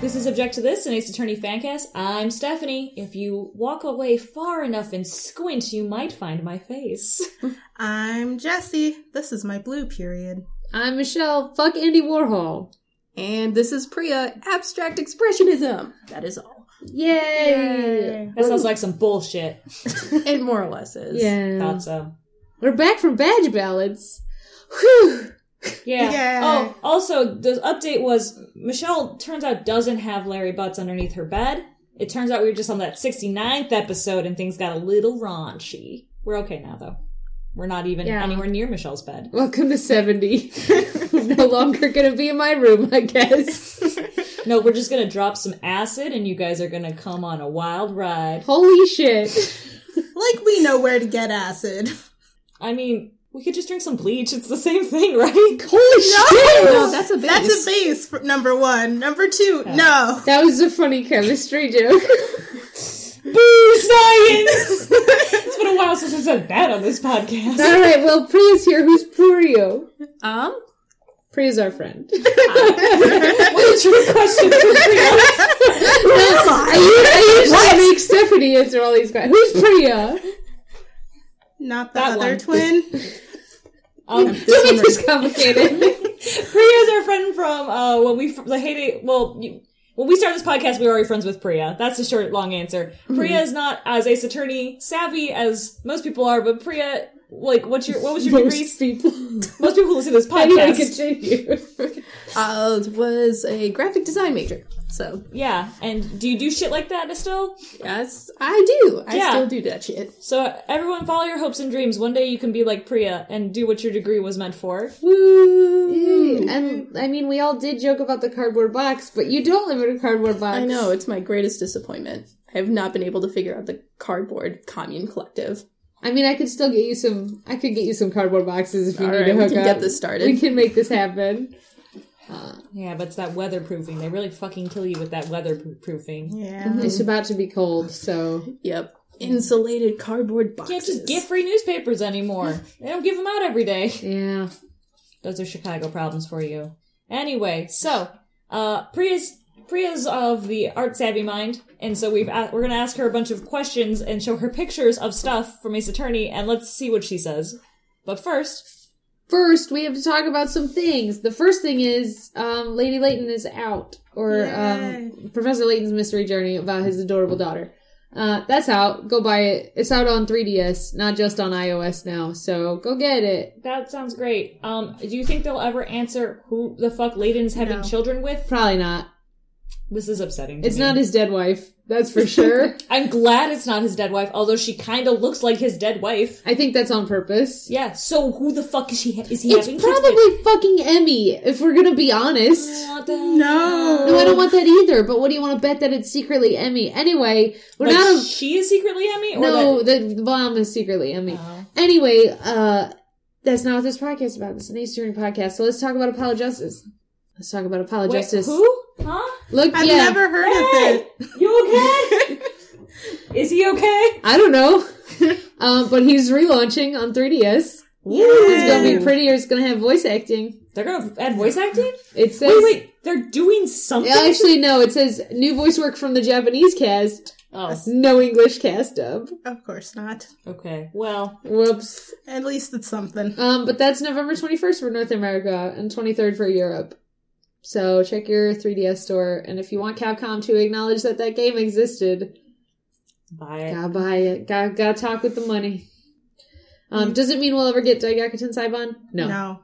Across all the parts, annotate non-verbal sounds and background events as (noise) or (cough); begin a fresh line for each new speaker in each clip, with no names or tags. This is Object to This, an Ace Attorney fancast. I'm Stephanie. If you walk away far enough and squint, you might find my face. (laughs)
I'm Jesse. This is my blue period.
I'm Michelle. Fuck Andy Warhol.
And this is Priya, Abstract Expressionism. That is all.
Yay!
That sounds like some bullshit. um,
it more or less is.
Yeah.
Thought so.
We're back from badge ballads. Whew.
Yeah.
Yay.
Oh, also, the update was Michelle turns out doesn't have Larry Butts underneath her bed. It turns out we were just on that 69th episode and things got a little raunchy. We're okay now, though. We're not even
Yeah.
anywhere near Michelle's bed.
Welcome to 70. I'm (laughs) no longer gonna be in my room, I guess.
No, we're just gonna drop some acid and you guys are gonna come on a wild ride.
Holy shit.
Like we know where to get
(laughs)
acid.
I mean, we could just drink some bleach. It's the same thing, right?
Holy shit!
No, Oh, that's a base.
That's a base for number one. Number two, no.
That was a funny chemistry joke. (laughs)
Boo science! (laughs) it's been a while since I said that on this podcast.
(laughs) Alright, well, Priya's here. Who's Purio?
um,
Priya's our friend.
What a true question for Priya.
I, usually make Stephanie answer all these questions. Who's Priya?
Not the
That
other
one.
twin.
(laughs)
Um,
Don't make this complicated.
Priya's our friend from uh, when we fr- the heyday. Well, you, when we started this podcast, we were already friends with Priya. That's the short, long answer. Priya is not as Ace Attorney savvy as most people are, but Priya, like, what's your what was your degree?
Most people. (laughs)
Most people listen to this
Anyway,
podcast.
continue. (laughs)
I was a graphic design major. So,
yeah, and do you do shit like that still?
yes, I do. I
Yeah.
still do that shit.
So uh, everyone, follow your hopes and dreams. One day you can be like Priya and do what your degree was meant for.
Woo! And I mean, we all did joke about the cardboard box, but you don't live in a cardboard box.
I know, it's my greatest disappointment. I have not been able to figure out the cardboard commune collective.
I mean, I could still get you some. I could get you some cardboard boxes if you
All
need
right,
to
we
hook
can
up.
get this started.
We can make this happen.
Yeah, but it's that weatherproofing. They really fucking kill you with that weatherproofing.
Yeah.
It's about to be cold, so
Yep. Insulated cardboard boxes.
Can't just get free newspapers anymore. They don't give them out every day.
yeah.
Those are Chicago problems for you. Anyway, so uh, Priya's Priya's of the art savvy mind, and so we've a- we're gonna ask her a bunch of questions and show her pictures of stuff from Ace Attorney, and let's see what she says. But first,
First, we have to talk about some things. The first thing is um, Lady Layton is out, or
Yay.
um, Professor Layton's Mystery Journey about his adorable daughter. Uh, that's out. Go buy it. It's out on 3DS, not just on iOS now. So go get it.
that sounds great. Um, do you think they'll ever answer who the fuck Layden's having
No.
children with?
Probably not.
This is upsetting. To
It's
me.
not his dead wife. That's for
(laughs)
sure.
I'm glad it's not his dead wife, although she kind of looks like his dead wife.
I think that's on purpose.
Yeah. So who the fuck is she? Ha- is he
It's
having kids
probably fucking Emmy, if we're gonna be honest.
with?
No.
No, I don't want that either. But what do you want to bet that it's secretly Emmy? Anyway, we're
Like,
not. A,
she is secretly Emmy. Or that- Oh.
no, the, the bomb is secretly Emmy. Anyway, uh, that's not what this podcast is about. This is an Ace Attorney podcast. So let's talk about Apollo Justice. Let's talk about Apollo
Wait,
Justice.
who? Huh?
Look,
I've
yeah,
never heard of it.
You
(laughs)
okay? is he okay?
I don't know, (laughs) um, but he's relaunching on 3DS. It's gonna be prettier. It's gonna have voice acting.
They're gonna add voice acting?
It says.
Wait, wait, they're doing something?
Yeah, Actually, no. It says new voice work from the Japanese cast,
oh,
no English cast dub.
Of course not.
okay. Well,
Whoops.
At least it's something.
Um, but that's November 21st for North America and 23rd for Europe. So check your 3DS store, and if you want Capcom to acknowledge that that game existed,
buy it.
gotta buy it. Gotta, gotta talk with the money. Um, does it mean we'll ever get Daigakuten Saibon? No.
No.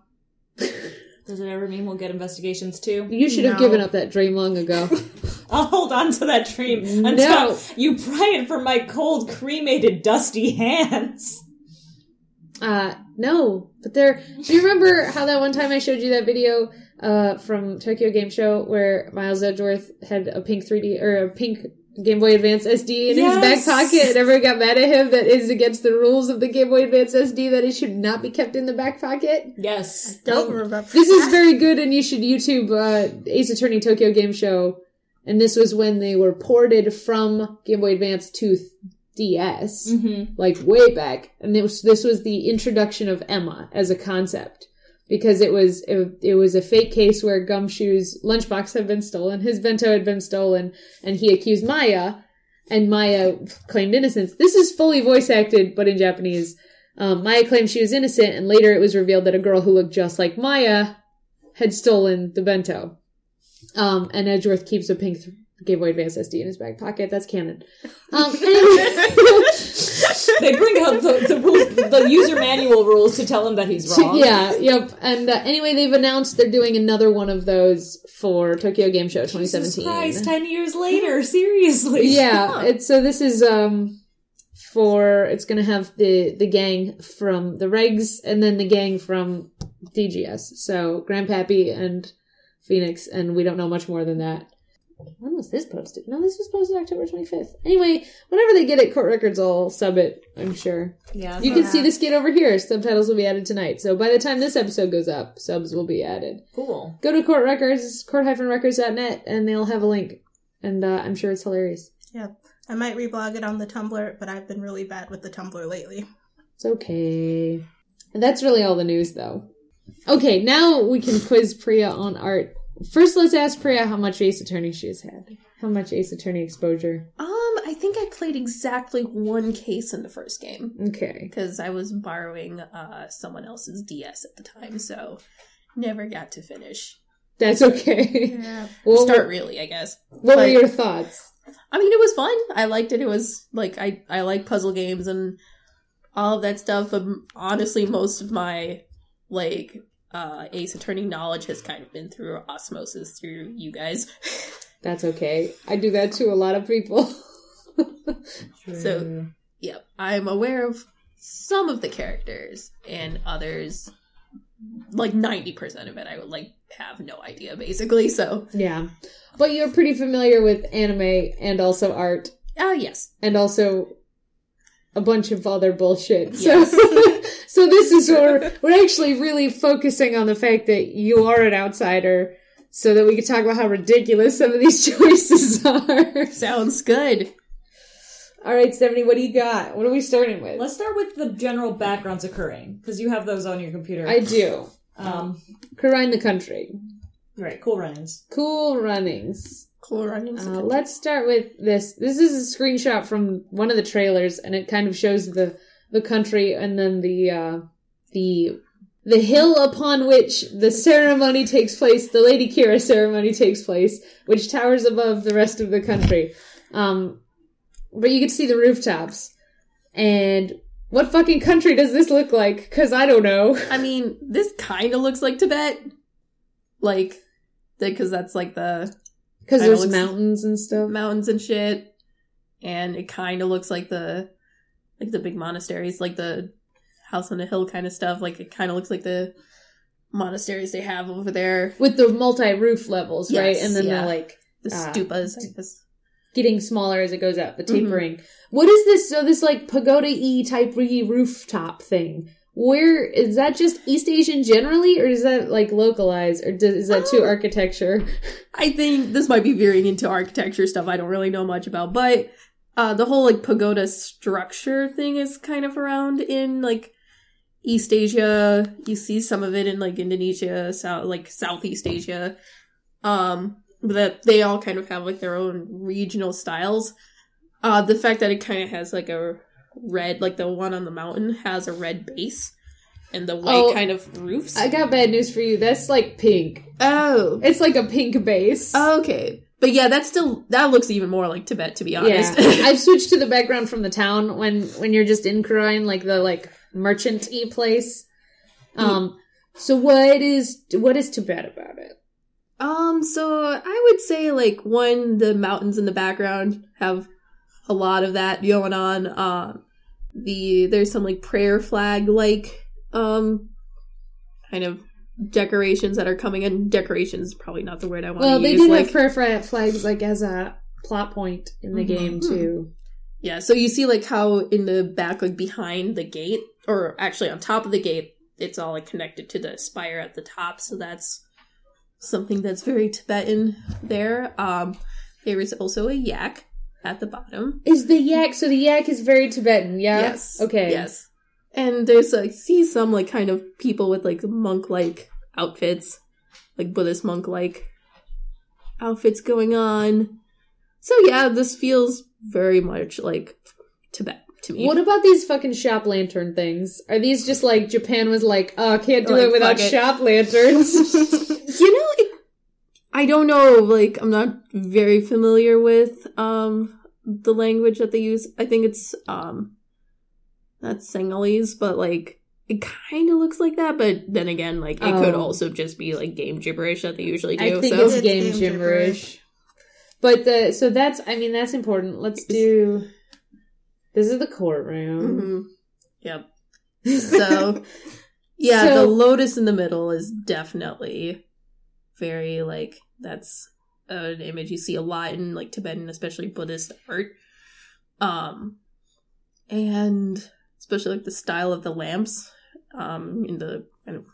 Does it ever mean we'll get investigations too?
You should have
No.
given up that dream long ago.
I'll hold on to that dream until
No.
you pry it from my cold, cremated, dusty hands.
Uh, no, but there. Do you remember how that one time I showed you that video uh, from Tokyo Game Show where Miles Edgeworth had a pink 3D or a pink Game Boy Advance SD in
Yes!
his back pocket, and everyone got mad at him that is against the rules of the Game Boy Advance SD that it should not be kept in the back pocket.
Yes.
Don't remember.
This
Ah!
is very good, and you should YouTube uh, Ace Attorney Tokyo Game Show. And this was when they were ported from Game Boy Advance to DS
Mm-hmm.
like way back, and it was, this was the introduction of Emma as a concept. because it was it, it was a fake case where Gumshoe's lunchbox had been stolen, his bento had been stolen, and he accused Maya, and Maya claimed innocence. This is fully voice acted, but in Japanese. Um, Maya claimed she was innocent, and later it was revealed that a girl who looked just like Maya had stolen the bento. Um, and Edgeworth keeps a pink th- Game Boy Advance SD in his back pocket. That's canon. Um, anyway.
(laughs) They bring up the, the, rules, the user manual rules to tell him that he's wrong.
yeah, yep. And uh, anyway, they've announced they're doing another one of those for Tokyo Game Show
Jesus
2017.
Christ, 10 years later, seriously.
yeah it's so this is um for it's gonna have the the gang from the regs and then the gang from dgs so grandpappy and phoenix and we don't know much more than that when was this posted no this was posted october 25th anyway whenever they get it court records will sub it i'm sure
Yeah.
you
Okay.
can see the skit over here subtitles will be added tonight so by the time this episode goes up subs will be added
(laughs) Cool.
go to court records court-records.net and they'll have a link and uh, i'm sure it's hilarious
I might reblog it on the Tumblr, but I've been really bad with the Tumblr lately.
It's okay. And that's really all the news, though. Okay, now we can quiz Priya on art. First, let's ask Priya how much Ace Attorney she has had. How much Ace Attorney exposure?
Um, I think I played exactly one case in the first game
Okay.
because I was borrowing uh, someone else's DS at the time, so never got to finish.
That's okay.
Yeah.
(laughs) What,
Start really, I guess.
what were
like-
your thoughts?
I mean, it was fun. I liked it. It was like I I like puzzle games and all of that stuff. But honestly, most of my like uh, Ace Attorney knowledge has kind of been through osmosis through you guys. (laughs)
That's okay. I do that to a lot of people. (laughs)
So- yep, I'm aware of some of the characters and others. Like ninety percent of it, I would like have no idea basically. So,
yeah. But you're pretty familiar with anime and also art
ah, yes,
and also a bunch of other bullshit.
Yes.
So, (laughs) so this is where we're actually really focusing on the fact that you are an outsider, so that we can talk about how ridiculous some of these (laughs) choices are.
sounds good.
All right, Stephanie, what do you got? What are we starting with?
Let's start with the general backgrounds occurring, because you have those on your computer.
I do.
um,
Karine the country.
right, cool runnings.
Cool runnings.
Cool running.
Uh, let's start with this. This is a screenshot from one of the trailers, and it kind of shows the the country and then the uh, the the hill upon which the ceremony takes place, the Lady Kira ceremony takes place, which towers above the rest of the country. Um, but you can see the rooftops. And what fucking country does this look like? Because I don't know.
I mean, this kind of looks like Tibet, like, because that's like the
Because
Kinda
there's
looks-
mountains and stuff.
mountains and shit, and it kind of looks like the like the big monasteries, like the house on the hill kind of stuff. Like it kind of looks like the monasteries they have over there,
With the multi roof levels, right?
Yes,
And then
yeah.
the like
the
Ah.
stupas. I guess.
getting smaller as it goes up, the
Mm-hmm.
tapering. What is this? So this like pagoda e type re rooftop thing. Where is that? Just East Asian generally, or is that like localized, or does, is that too
Oh.
architecture?
I think this might be veering into architecture stuff. I don't really know much about, but uh, the whole like pagoda structure thing is kind of around in like East Asia. You see some of it in like Indonesia, South like Southeast Asia. Um, that they all kind of have like their own regional styles. Uh, the fact that it kind of has like a red, like the one on the mountain has a red base and the white
Oh.
kind of roofs.
I got bad news for you. That's like pink.
oh,
It's like a pink base.
Okay. But yeah, that's still that looks even more like Tibet to be
yeah. (laughs)
honest.
I've switched to the background from the town when when you're just in Karine, like the like merchant e place. Um. So what is what is Tibet about it?
(laughs) um so I would say like one the mountains in the background have a lot of that going on. Um the there's some like prayer flag like um kind of decorations that are coming in. Decorations is probably not the word I want
Well,
to
they
use
did
like
have prayer flag- flags like as a plot point in the
Mm-hmm.
Mhm.
game
Hmm.
too.
Yeah, so you see like how in the back, like behind the gate, or actually on top of the gate, it's all like connected to the spire at the top, so that's something that's very Tibetan there. Um there is also a yak at the bottom.
Is the yak so? The yak is very Tibetan. Yeah?
Yes.
Okay.
Yes. and there's like see some like kind of people with like monk like outfits, like Buddhist monk like outfits going on. So yeah, this feels very much like Tibet to me.
What about these fucking shop lantern things? Are these just like Japan was like, oh, can't do
Like,
it without
fuck it."
shop
(laughs)
lanterns?
you know it, i don't know like i'm not very familiar with um the language that they use i think it's um not sinhalese but like it kind of looks like that but then again like it could
Oh.
also just be like game gibberish that they usually
I
do
think
so
it's
It's
game
game
gibberish. But the so that's I mean that's important. Let's do. This is the courtroom.
Mhm. yep Mm-hmm.
(laughs)
so yeah the
So-
lotus in the middle is definitely very like that's an image you see a lot in like tibetan especially buddhist art um and especially like the style of the lamps um in the kind of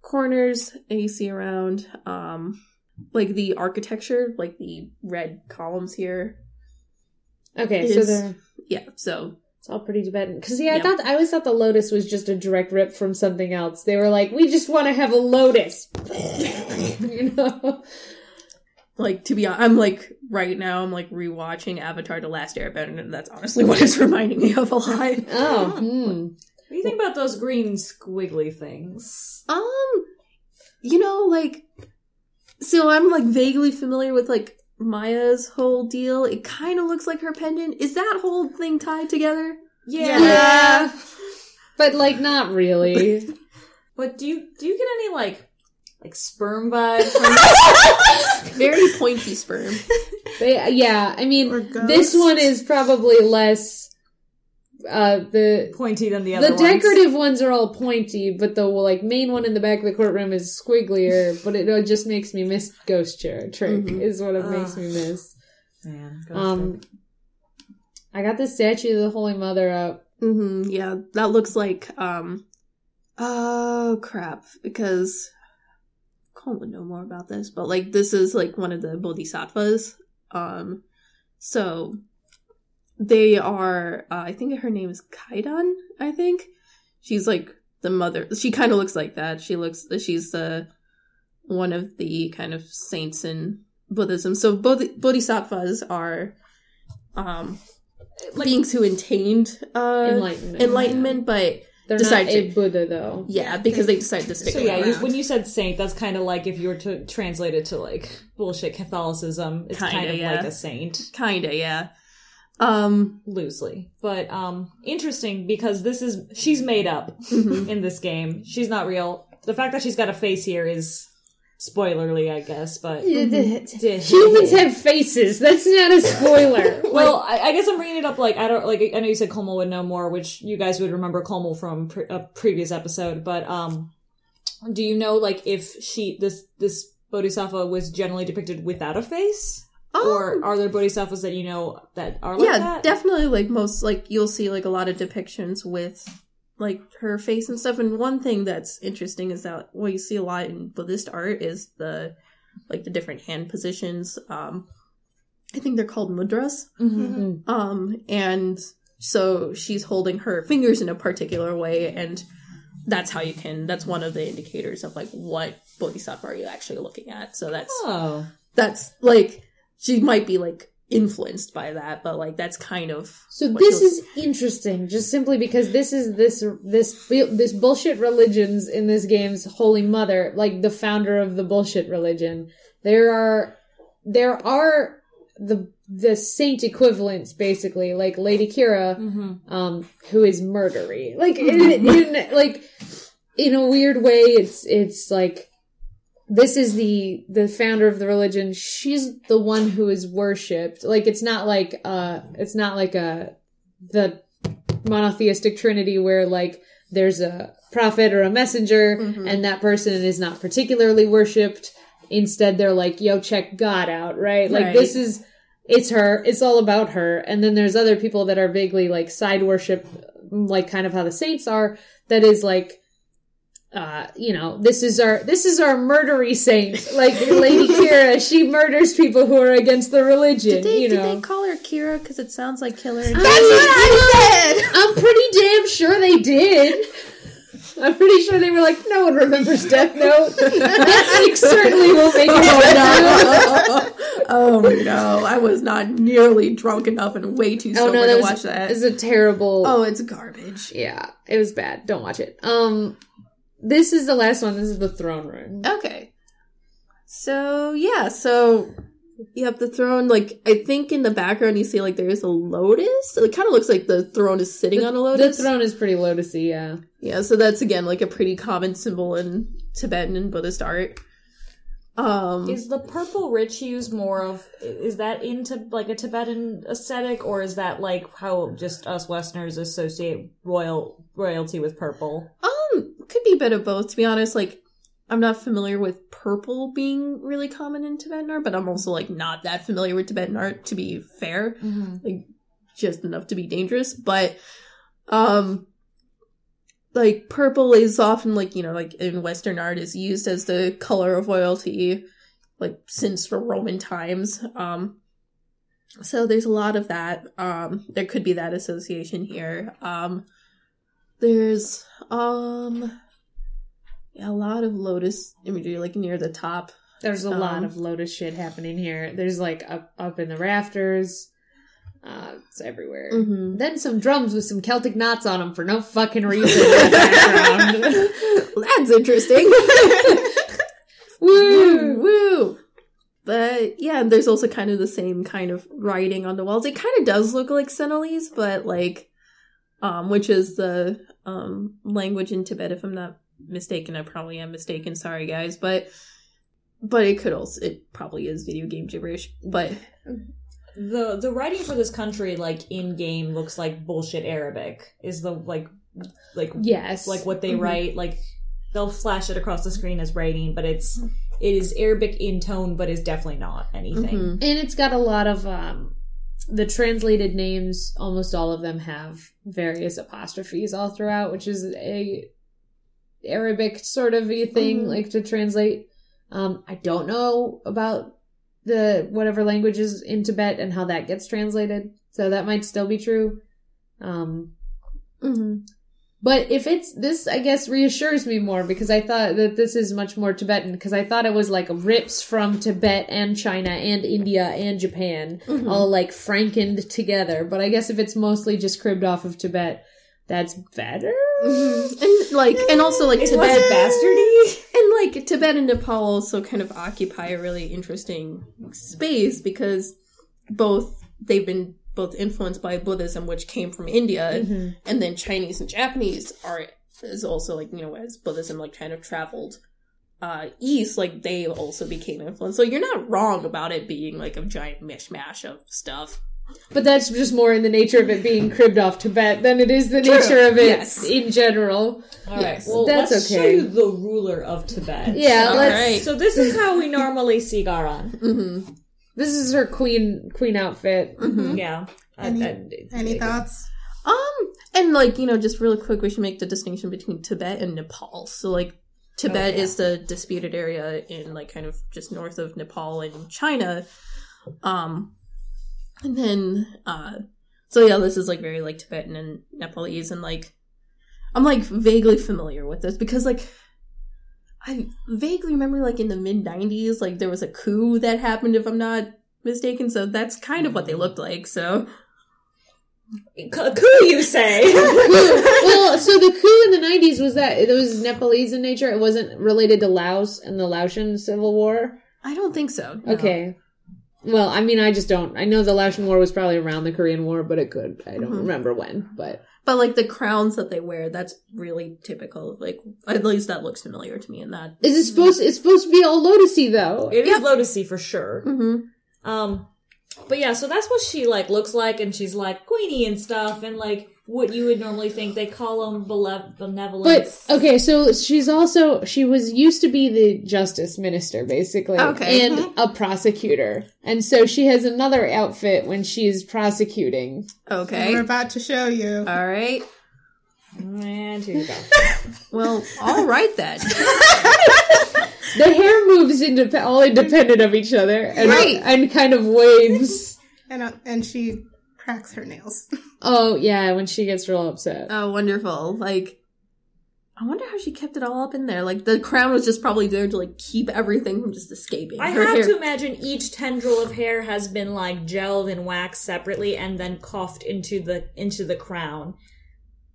corners that you see around um like the architecture like the red columns here
Okay,
It
so
is-
the
yeah so
it's all pretty Tibetan. Because yeah, I
Yeah.
thought I always thought the lotus was just a direct rip from something else. They were like, we just want to have a lotus. (laughs) you know. Oh,
like to be honest, I'm like right now I'm like rewatching Avatar: The Last Airbender, and that's honestly (laughs) what it's reminding me of a lot.
Oh,
Ah.
hmm.
What do you think about those green squiggly things?
Um, you know, like, so I'm like vaguely familiar with like Maya's whole deal. It kind of looks like her pendant. Is that whole thing tied together?
Yeah.
yeah, but like not really.
But do you do you get any like like sperm vibes
(laughs)
from
Very pointy (laughs) sperm.
They, yeah, I mean,
Or ghosts.
this one is probably less. Uh, the
pointy than the other
the
ones?
decorative ones are all pointy, but the like main one in the back of the courtroom is squigglier. but it, uh, just makes me miss ghost chair trick
Mm-hmm.
Mhm.
is what it makes
Ugh.
me miss.
Man, go
Um,
for it.
I got the statue of the Holy Mother up.
hmm yeah, that looks like um. Oh crap! Because Cole would know more about this, but like this is like one of the bodhisattvas. Um, so they are. Uh, I think her name is Kaidan. I think she's like the mother. She kind of looks like that. She looks. She's the one of the kind of saints in Buddhism. So bodhi- bodhisattvas are um beings who attained uh
Enlightenment.
enlightenment, but
They're
Decided
not a Buddha though.
yeah, because they decided to stick
so
it
yeah, you,
around.
when you said saint, that's kind of like if you were to translate it to like bullshit Catholicism, it's
Kinda,
kind of
yeah.
like a saint.
kinda, yeah. Um,
loosely but um interesting because this is she's made up
Mm-hmm.
mhm.
in this game she's not real the fact that she's got a face here is spoilerly i guess but
Humans have faces. That's not a (laughs) spoiler.
well I, I guess i'm bringing it up like i don't like i know you said colmel would know more which you guys would remember colmel from pre- a previous episode but um do you know like if she this this bodhisattva was generally depicted without a face or
Um,
are there bodhisattvas that you know that are like
yeah,
that
definitely. Like most, like you'll see like a lot of depictions with like her face and stuff. And one thing that's interesting is that what you see a lot in Buddhist art is the like the different hand positions. Um, I think they're called mudras.
Mhm.
Um, and so she's holding her fingers in a particular way, and that's how you can. That's one of the indicators of like what bodhisattva are you actually looking at. So that's
oh
that's like she might be like influenced by that, but like that's kind of
So
what
this
you'll-
is interesting, just simply because this is this this bu- this bullshit religions in this game's holy mother, like the founder of the bullshit religion. There are there are the the saint equivalents basically, like Lady Kira,
mm-hmm.
um, who is murdery. (laughs) Like in, in like in a weird way, it's it's like this is the the founder of the religion. She's the one who is worshipped. Like it's not like uh it's not like a the monotheistic trinity where like there's a prophet or a messenger
Mhm.
and that person is not particularly worshipped. Instead they're like, yo, check God out, right? Like
Right.
this is it's her, it's all about her. And then there's other people that are vaguely like side worship like kind of how the saints are, that is like uh, you know, this is our this is our murdery saint,
(laughs)
like Lady Kira. She murders people who are against the religion.
Did they,
you
did
know,
they call her Kira? Because it sounds like killer. (laughs)
I-
I said!
I'm pretty damn sure they did. I'm pretty sure they were like, no one remembers Death
(laughs)
Note. (laughs) That like certainly will make it.
oh, no. (laughs) oh no! I was not nearly drunk enough and way too
Oh
sober
no, that
to
was,
watch that.
is a terrible.
oh, it's garbage.
yeah, it was bad. Don't watch it. Um, this is the last one. This is the throne room.
Okay. So yeah, so you have the throne. Like I think in the background you see like there is a lotus. It kind of looks like the throne is sitting on a
The
lotus.
throne is pretty lotusy. Yeah.
Yeah, so that's again like a pretty common symbol in Tibetan and Buddhist art. Um,
Is the purple rich hues more of is that into like a Tibetan aesthetic or is that like how just us Westerners associate royal royalty with purple?
um, could be a bit of both. To be honest, like I'm not familiar with purple being really common in Tibetan art, but I'm also like not that familiar with Tibetan art. To be fair, just enough to be dangerous but um like purple is often like you know like in western art is used as the color of royalty like since the roman times um so there's a lot of that um there could be that association here um there's um a lot of lotus imagery like near the top
There's a lot
Um,
of lotus shit happening here. There's like up up in the rafters. Uh, it's everywhere.
mm-hmm.
Then some drums with some Celtic knots on them for no fucking reason. in the
(laughs)
background.
(laughs) that's interesting
Woo!
woo, woo. But yeah, and there's also kind of the same kind of writing on the walls. It kind of does look like Senelese, but like, um, which is the um language in Tibet, if I'm not mistaken. I probably am mistaken. Sorry, guys, but but it could also it probably is video game gibberish. But
The the writing for this country like in game looks like bullshit Arabic. Is the like like
Yes.
like what they
Mhm.
write like they'll flash it across the screen as writing, but it's it is Arabic in tone, but is definitely not anything.
Mhm.
and it's got a lot of um the translated names almost all of them have various apostrophes all throughout which is a arabic sort of a thing
Mhm.
like to translate um i don't know about the whatever language is in tibet and how that gets translated so that might still be true um
Mhm.
but if it's this, I guess reassures me more because I thought that this is much more Tibetan because I thought it was like rips from Tibet and China and India and Japan
Mhm.
all like frankened together. But I guess if it's mostly just cribbed off of Tibet, that's better.
Mhm. and like, and also like
It's
Tibet
less bastardy.
And like Tibet and Nepal also kind of occupy a really interesting space because both they've been both influenced by Buddhism, which came from India, and then Chinese and Japanese art is also like you know as Buddhism like kind of traveled uh east, like they also became influenced. So you're not wrong about it being like a giant mishmash of stuff.
But that's just more in the nature of it being cribbed off Tibet than it is the nature of it
Yes.
in general.
All right,
Yes,
well,
that's
let's
okay.
show you the ruler of Tibet.
Yeah,
All
let's.
right.
So this is how we normally see Garon.
Mm-hmm.
This is her queen queen outfit.
Mm-hmm.
Yeah. Uh,
Any- Any thoughts?
Um, and like you know, just really quick, we should make the distinction between Tibet and Nepal. So like, Tibet is the disputed area in like kind of just north of Nepal and China. Um, and then uh, so yeah, this is like very like Tibetan and Nepalese, and like I'm like vaguely familiar with this because like. I vaguely remember, like in the mid '90s, like there was a coup that happened, if I'm not mistaken. So that's kind of what they looked like. So,
Coup, you say?
(laughs) well, so the coup in the '90s was that it was Nepalese in nature. It wasn't related to Laos and the Laotian civil war.
I don't think so. no.
Okay. Well, I mean, I just don't. I know the Laotian war was probably around the Korean War, but it could. I don't
Mhm.
remember when. But
But like the crowns that they wear, that's really typical. of, Like at least that looks familiar to me in that.
is it supposed? It's supposed to be all lotusy though.
it is lotusy for sure.
Mm-hmm.
Um, but yeah, so that's what she like looks like, and she's like queenie and stuff, and like what you would normally think they call them bele-
But uh,
benevolence.
okay, so she's also she was used to be the justice minister basically,
Okay.
and a prosecutor, and so she has another outfit when she's prosecuting.
Okay.
Uh,
We're about to show you.
All right.
And here you
(laughs)
go.
Well, all
(laughs)
right then.
The hair moves indep- all independent of each other and,
Right.
and kind of waves.
And uh, and she cracks her nails. (laughs)
Oh, yeah, when she gets real upset.
oh, wonderful. Like, I wonder how she kept it all up in there. Like, the crown was just probably there to, like, keep everything from just escaping.
I
Her
have
hair-
to imagine each tendril of hair has been like gelled and waxed separately and then coughed into the into the crown.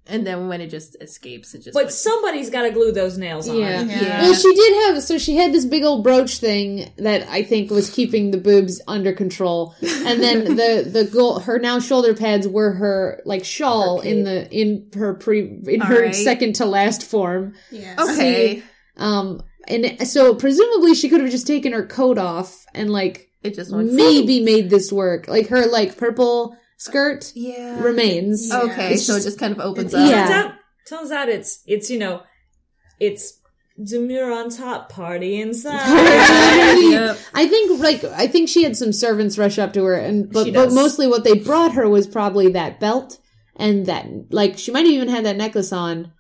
And then when it just escapes, it just.
But somebody's got to glue those nails on.
Yeah.
Yeah.
Well, she did have, so she had this big old brooch thing that I think was keeping the boobs under control. And then the, the gold, her now shoulder pads were her, like, shawl in the, in her pre, in
All
her
right.
second to last form.
Yeah.
okay.
Um, and so presumably she could have just taken her coat off and, like,
It just went.
maybe made this work. Like, her, like, purple skirt
Yeah.
remains.
Yeah.
(laughs) Okay,
It's
so it
just-
just kind of opens
it's-
up.
(laughs) Turns
Yeah.
out, turns out it's it's you know, it's demure on top, party
(laughs)
inside.
Yep.
I think like I think she had some servants rush up to her and
She
but, but
does.
mostly what they brought her was probably that belt and that like she might have even had that necklace on.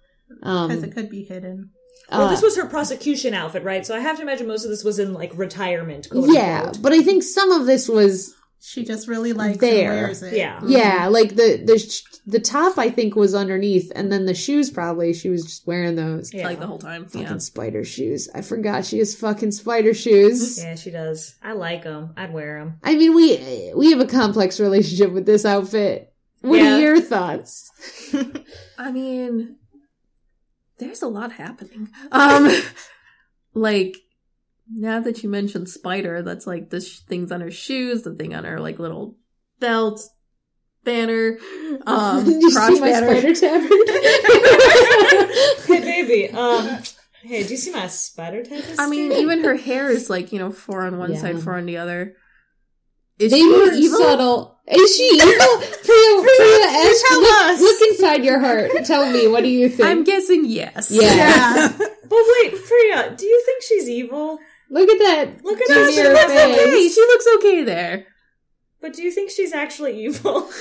Um
Because it could be hidden.
well,
uh,
this was her prosecution outfit, right? So I have to imagine most of this was in like retirement. Quote
yeah,
unquote.
but I think some of this was
She just really likes
There.
and wears it.
yeah.
yeah, like the the sh- the top I think was underneath and then the shoes probably she was just wearing those.
Yeah.
Like the whole time. Yeah.
Fucking spider shoes. I forgot she has fucking spider shoes.
Yeah, she does. I like them. I'd wear them.
I mean, we we have a complex relationship with this outfit. What
Yeah.
are your thoughts?
I mean, there's a lot happening. Um, (laughs) like now that you mentioned spider, that's like the sh- things on her shoes, the thing on her like little belt,
(laughs)
banner, (laughs) um,
Did you
crotch
see my
banner.
spider (laughs) tabard?
(laughs) Hey, baby. Um, hey, do you see my spider tattoo?
I mean, even her hair is like you know four on one
Yeah.
side, four on the other. Is
they
she
were
evil?
subtle. Is she evil? Priya, Priya, ask,
tell
look,
us.
look inside your heart. Tell me, what do you think?
I'm guessing yes.
Yeah.
(laughs)
Yeah.
(laughs) but wait, Priya, do you think she's evil?
look at that.
Look at
Give
her.
me
She
your
looks
face.
Hey, she looks
(laughs)
okay there.
But do you think she's actually evil? (laughs)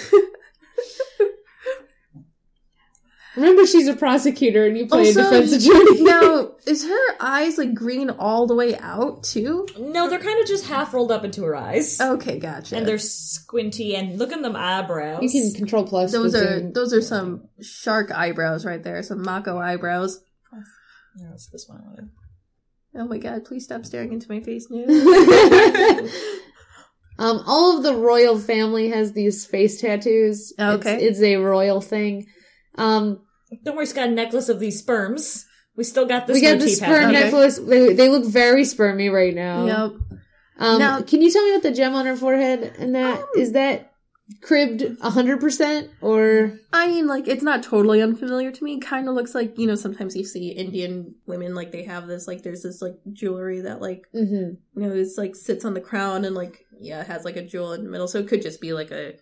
Remember, she's a prosecutor and you play
Also,
a defense attorney.
now, is her eyes like green all the way out too?
no, they're kind of just half rolled up into her eyes.
Oh.
Okay, gotcha.
And they're squinty, and look at them eyebrows.
(laughs) You can control plus.
those
with
are
doing-
those are some shark eyebrows right there. Some Mako eyebrows.
Yeah, that's this one. I wanted.
Oh my god! Please stop staring into my face now.
(laughs) um, all of the royal family has these face tattoos. It's-
Okay.
it's a royal thing. Um,
Don't worry, she's got a necklace of these sperms. We still got this.
we got the
motif
sperm
happening.
Okay.
necklace. They, they look very spermy right now.
Yep.
Um,
Now-
can you tell me about the gem on her forehead and that is
Um,
that cribbed hundred percent or
I mean, like it's not totally unfamiliar to me. Kind of looks like you know sometimes you see Indian women like they have this like there's this like jewelry that like
Mhm.
you know is like sits on the crown and like yeah it has like a jewel in the middle. So it could just be like a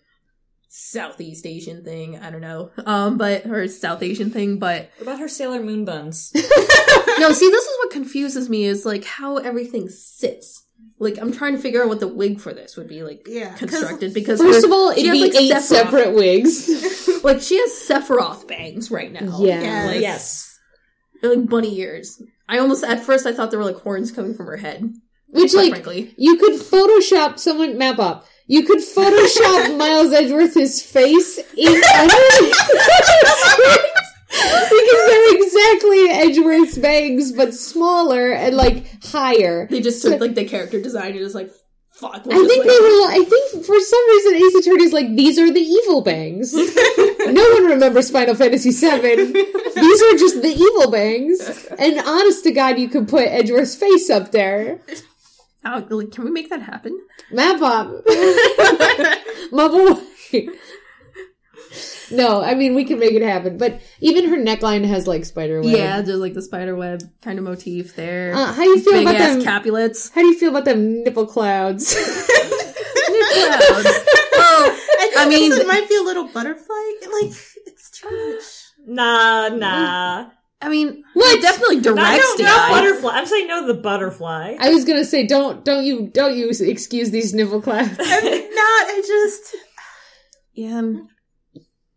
Southeast Asian thing. I don't know. Um, but or South Asian thing, but
What about her Sailor Moon buns?
no, see, this is what confuses me is like how everything sits. Like I'm trying to figure out what the wig for this would be like
(laughs)
Yeah, 'cause-
constructed because
First
there-
of all,
she
it'd
has,
be
like,
eight
Sephiroth.
separate wigs.
(laughs) like she has Sephiroth bangs right now.
yeah.
Yeah.
Like,
yes.
they're like bunny ears. I almost at first I thought there were like horns coming from her head.
Which
quite
like
frankly,
you could Photoshop someone map up. You could
(laughs)
Photoshop Miles Edgeworth's face in a- (laughs) because they're exactly Edgeworth's bangs, but smaller and like higher.
they just took like the character design and just like fuck. we'll
I
just,
think
like-
they were. I think for some reason, Ace Attorney's like these are the evil
(laughs)
bangs. no one remembers Final Fantasy VII. These are just the evil bangs. And honest to God, you could put Edgeworth's face up there.
Ow, like, can we make that happen?
Map
(laughs)
up, my boy. No, I mean we can make it happen. But even her neckline has like spider web.
Yeah, just like the spider web kind of motif there.
Uh, how do you feel
Big
about
ass
them? (laughs)
capulets.
how do you feel about them nipple
(laughs)
clouds?
Clouds. Oh,
I,
I mean-
mean, it might be a little butterfly. Like it's too much.
Nah, nah.
I mean,
What?
it definitely
I
directs
don't
the
know
eye.
butterfly. I'm saying no to the butterfly.
I was gonna say don't don't you don't you excuse these nipple clouds.
I'm not. I just
Yeah, and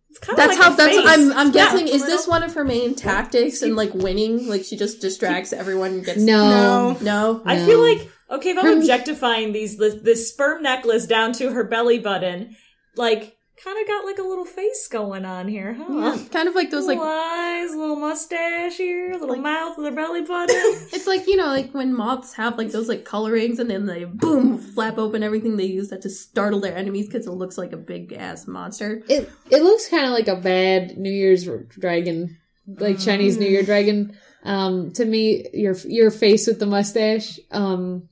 It's kind
That's
like
how.
a
That's
face.
I'm. I'm
Yeah,
guessing.
it's
Is
a
this one of her main tactics and like winning? Like she just distracts everyone. And gets
No.
No.
(laughs) No.
I
No.
feel like okay, if I'm
Her-
objectifying these this, this sperm necklace down to her belly button, like kind of got like a little face going on here, huh?
Kind of like those like
little eyes, little mustache here, little mouth with her belly
(laughs)
button. (sighs)
It's like you know, like when moths have like those like colorings, and then they boom flap open everything. They use that to startle their enemies because it looks like a big ass monster.
It it looks kind of like a bad New Year's r- dragon, like Chinese New Year
Mm.
dragon. Um, to me, your your face with the mustache. Um,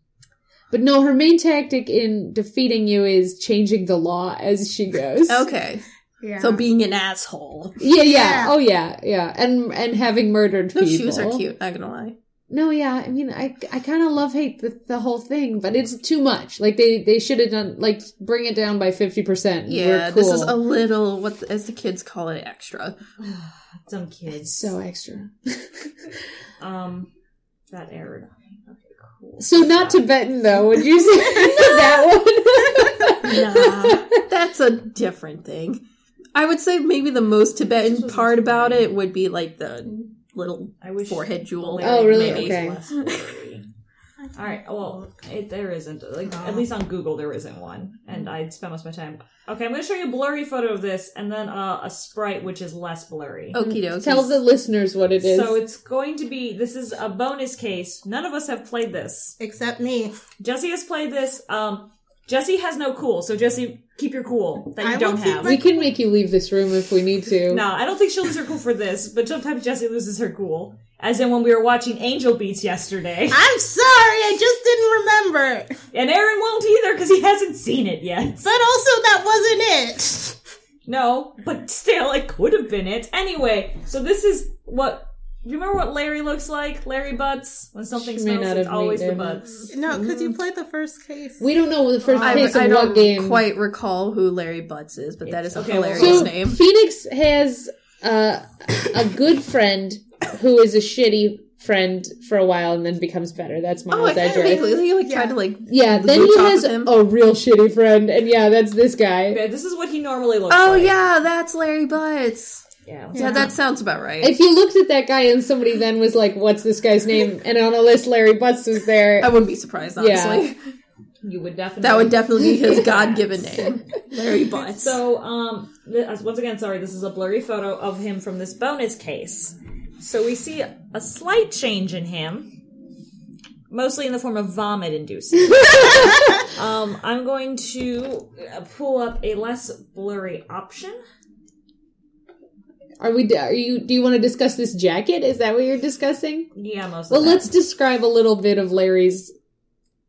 but no, her main tactic in defeating you is changing the law as she goes.
Okay,
Yeah.
so being an asshole.
Yeah, yeah,
Yeah.
Oh, yeah, yeah. And and having murdered
Those
people.
shoes are cute. Not gonna lie.
No, yeah. I mean, I I kind of love hate the, the whole thing, but it's too much. Like they they should have done like bring it down by fifty percent.
Yeah, this is a little what the- as the kids call it extra.
Some kids.
so extra. (laughs)
um, that error. Okay, cool.
So not Tibetan though. Would you say (laughs) that one?
Nah, that's a different thing. I would say maybe the most Tibetan part about it would be like the little
I wish
forehead jewel.
the
Oh, really?
lyrics
(laughs)
Okay.
was less blurry. (laughs) All right. Well, it, there isn't. Like,
Uh-huh.
at least on Google, there isn't one, and I spent most of my time. Okay, I'm going to show you a blurry photo of this, and then uh, a sprite which is less blurry.
Okie (laughs) dokie.
Mm-hmm. Tell the listeners what Oh, it is.
So it's going to be. This is a bonus case. None of us have played this.
(laughs) Except me.
Jesse has played this. Um, Jesse has no cool. So Jesse, keep your cool that you
I will
don't
keep
have.
we can make you leave this room if we need to.
No, I don't think she'll lose her cool for this, but sometimes Jesse loses her cool. As in when we were watching Angel Beats yesterday. (laughs)
I'm sorry, I just didn't remember.
And Aaron won't either because he hasn't seen it yet. (laughs)
But also, that wasn't it.
No, but still, it could have been it. Anyway, so this is what. Do you remember what Larry looks like? Larry Butts? When something
She may
smells,
not
it's
have
always
made
the
it.
butts.
No, because you played the first case.
Mm. We don't know the first
I,
place
I
of
don't
what game.
quite recall who Larry Butts is, but that is a
Okay, well-
hilarious
so
name.
Phoenix has uh, a good friend who is a shitty friend for a while and then becomes better. That's
Oh, I
Miles
kind of
Edgeworth.
completely like
Yeah.
tried to like.
Yeah,
the
then
boots
he
off
has
of him.
a real shitty friend, and yeah, that's this guy.
Okay, this is what he normally looks
Oh
like.
yeah, that's Larry Butts.
yeah.
Yeah, that sounds about right.
If you looked at that guy and somebody then was like, "What's this guy's name?" and on a list Larry Butts was there,
I wouldn't be surprised, honestly.
Yeah.
You would definitely.
That would definitely be
(laughs)
his God-given name, Larry
(laughs)
Butts. (laughs)
So, um, th- once again, sorry, this is a blurry photo of him from this bonus case. So we see a, a slight change in him, mostly in the form of vomit
(laughs)
inducing. um, I'm going to uh, pull up a less blurry option.
are we? Are you? Do you want to discuss this jacket? Is that what you're discussing?
Yeah, most
Well,
of that.
let's describe a little bit of Larry's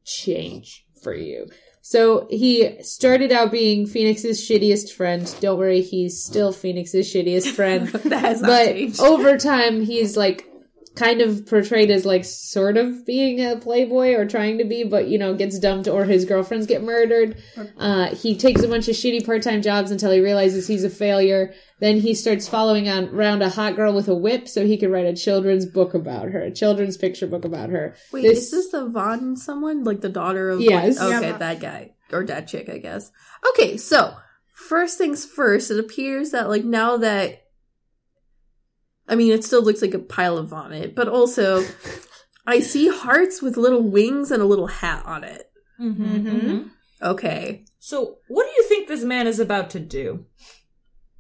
change for you. So he started out being Phoenix's shittiest friend. Don't worry, he's still Phoenix's shittiest
(laughs)
friend.
that has not
but
changed. (laughs)
over time he's like kind of portrayed as like sort of being a playboy or trying to be but you know gets dumped or his girlfriends get murdered uh, he takes a bunch of shitty part-time jobs until he realizes he's a failure then he starts following on around a hot girl with a whip so he could write a children's book about her a children's picture book about her
Wait,
this- (laughs)
is this the Von someone like the daughter of?
Yes.
Like, okay,
Yeah.
that guy or that chick, I guess. Okay, so first things first, it appears that like now that. I mean, it still looks like a pile of vomit, but also, I see hearts with little wings and a little hat on it. Mm-hmm.
Mhm,
Mhm.
mhm.
Okay,
So, what do you think this man is about to do?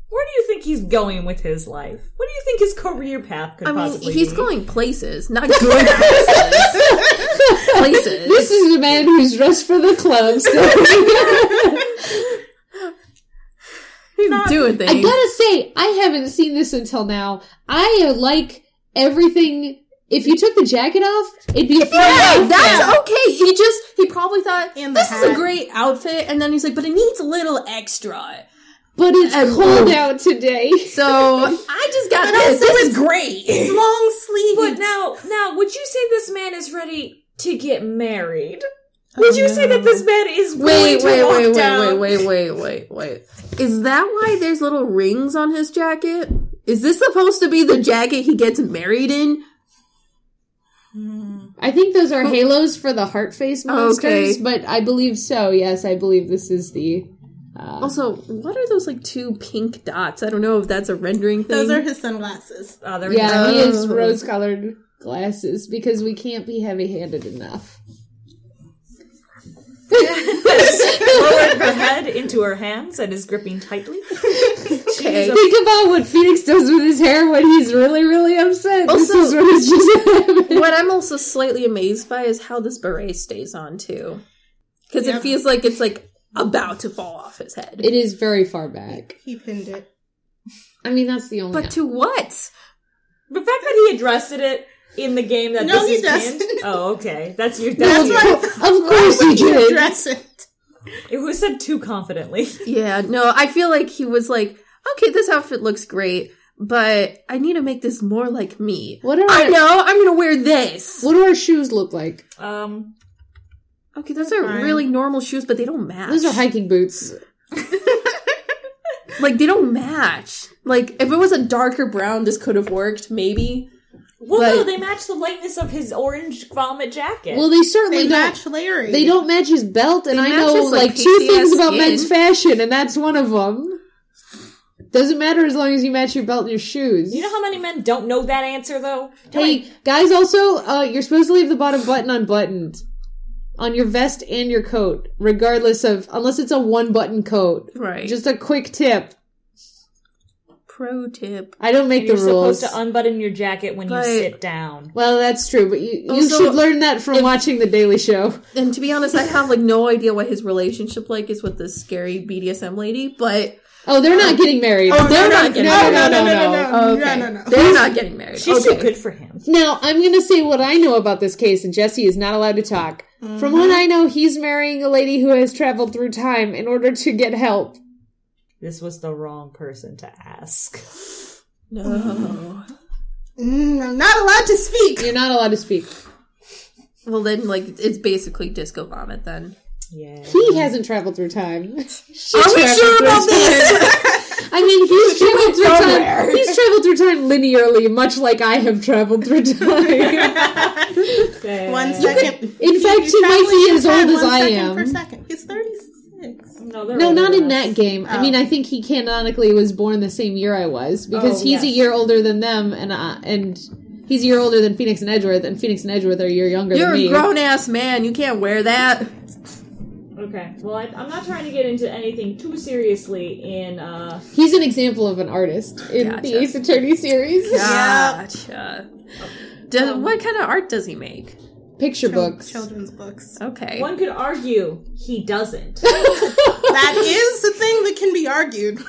Where do you think he's going with his life? What do you think his career path could
I mean,
possibly
he's
be?
going places, not good places. places.
this is the man who's dressed for the club
(laughs)
so (laughs)
He's doing
I
things.
gotta say, I haven't seen this until now. I uh, like everything. If you took the jacket off, it'd be a fun
Yeah,
outfit.
that's okay. He just he probably thought
And the
this is a
hat.
great outfit, and then he's like, but it needs a little extra.
But it's
And-
cold out today.
So I just got
But
this.
also
This
it's
is great.
Long sleeves.
But now, now, would you say this man is ready to get married? Would you say that this man is willing
Oh, Wait,
to
wait,
walk
wait, wait,
down?
wait, wait, wait, wait, wait. Is that why there's little rings on his jacket? Is this supposed to be the jacket he gets married in?
I think those are halos for the heart face monsters, but I believe so. Yes, I believe this is the Uh,
Also, what are those like two pink dots? I don't know if that's a rendering thing.
Those are his sunglasses.
Oh, there we
yeah,
go.
he has
Oh.
rose colored glasses because we can't be heavy handed enough.
(laughs) Lowered
(laughs)
her head into her hands and is gripping tightly.
(laughs)
okay.
Think about what Phoenix does with his hair when he's really, really upset.
Also-
this is what has just (laughs) happened.
what I'm also slightly amazed by is how this beret stays on too, because
Yeah.
it feels like it's like about to fall off his head.
It is very far back.
He pinned it.
I mean, that's the only.
but to what?
The fact that he addressed it in the game that
No,
this
he
is
doesn't.
banned- Oh, okay. That's your. That's
of
your-
of course he did.
Dress it.
It was said too confidently.
Yeah, no, I feel like he was like, okay, this outfit looks great, but I need to make this more like me.
What are
I
our,
know, I'm gonna wear this.
what do our shoes look like?
Um,
Okay, those are
Fine.
really normal shoes, but they don't match.
Those are hiking boots.
like they don't match. Like if it was a darker brown, this could have worked, maybe.
well, no,
But-
they match the lightness of his orange vomit jacket.
Well, they certainly
They
don't.
match Larry.
They don't match his belt, and
They
I
match
know
his,
like,
like,
two
PCS
things about
skin.
men's fashion, and that's one of them. Doesn't matter as long as you match your belt and your shoes.
you know how many men don't know that answer though.
hey, guys, also, uh, you're supposed to leave the bottom button unbuttoned on your vest and your coat, regardless of unless it's a one button coat.
Right. Just
Just a quick tip.
pro tip.
I don't make
You're
the rules.
supposed to unbutton your jacket when
But-
you sit down.
well, that's true, but you, you
Also,
should learn that from watching The Daily Show.
And to be honest, I have like no idea what his relationship like is with this scary BDSM lady, but
Oh, they're not getting married.
Oh, they're not getting
no,
married.
No, no, no, no,
no,
Oh, Okay.
no, no, no.
they're not getting married.
She's
okay.
too good for him.
Now, I'm going to say what I know about this case, and Jesse is not allowed to talk. From what I know, he's marrying a lady who has traveled through time in order to get help.
This was the wrong person to ask.
No.
Mm, I'm not allowed to speak.
You're not allowed to speak.
Well then like it's basically disco vomit then.
Yeah.
He hasn't traveled through time. She's
Are we
traveled
sure
through
about this?
time. I mean, he's traveled through
somewhere.
time. He's traveled through time linearly, much like I have traveled through time.
One second.
In fact, he might
Traveling
be
in
as
time,
old as
one
I
second
am.
Per second. He's 36.
No, they're
No,
older
not
than
in
us.
that game. I
Oh.
mean, I think he canonically was born the same year I was because
Oh,
he's a
yes.
year older than them, and uh, and he's a year older than Phoenix and Edgeworth, and Phoenix and Edgeworth are a year younger
You're
than me.
a grown ass man. You can't wear that.
Okay. Well, I, I'm not trying to get into anything too seriously in uh,
he's an example of an artist in the
Gotcha.
Ace Attorney series.
Gotcha. Does, what kind of art does he make?
Picture books.
Children's books.
Okay.
One could argue he doesn't.
That is the thing that can be argued.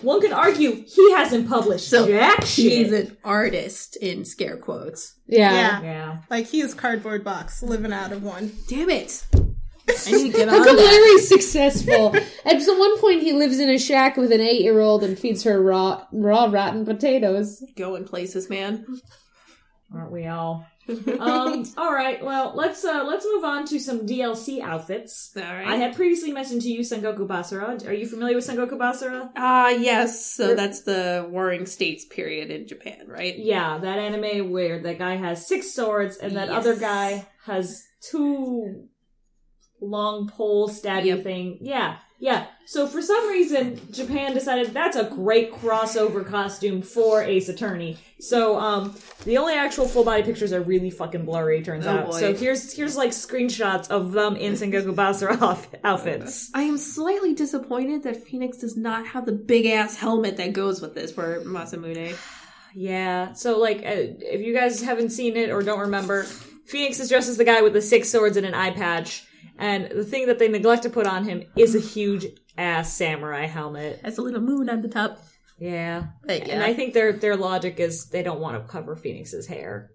One could argue he hasn't published
So,
jack shit.
He's an artist in scare quotes.
Yeah.
Yeah.
yeah.
Like he is cardboard box, living out of one.
Damn it. I need to (laughs) get
How
on
come
that.
Larry's successful? (laughs) At some one point, he lives in a shack with an eight-year-old and feeds her raw, raw rotten potatoes.
Going places, man.
Aren't we all? um, all right. Well, let's uh, let's move on to some DLC outfits.
All right.
I had previously mentioned to you Sengoku Basara. Are you familiar with Sengoku Basara?
Ah, yes. So that's the Warring States period in Japan, right?
Yeah, that anime where that guy has six swords and that
Yes.
other guy has two long pole stabby
Yep.
thing. Yeah, yeah. So for some reason, Japan decided that's a great crossover costume for Ace Attorney. So um, the only actual full body pictures are really fucking blurry. it Turns
Oh,
out.
boy.
So here's here's like screenshots of them in Sengoku Basara outf- outfits.
I am slightly disappointed that Phoenix does not have the big ass helmet that goes with this for Masamune.
Yeah. So like, uh, if you guys haven't seen it or don't remember, Phoenix is dressed as the guy with the six swords and an eye patch, and the thing that they neglect to put on him is a huge ass samurai helmet.
Has a little moon on the top.
Yeah.
But
And I think their their logic is they don't want to cover Phoenix's hair.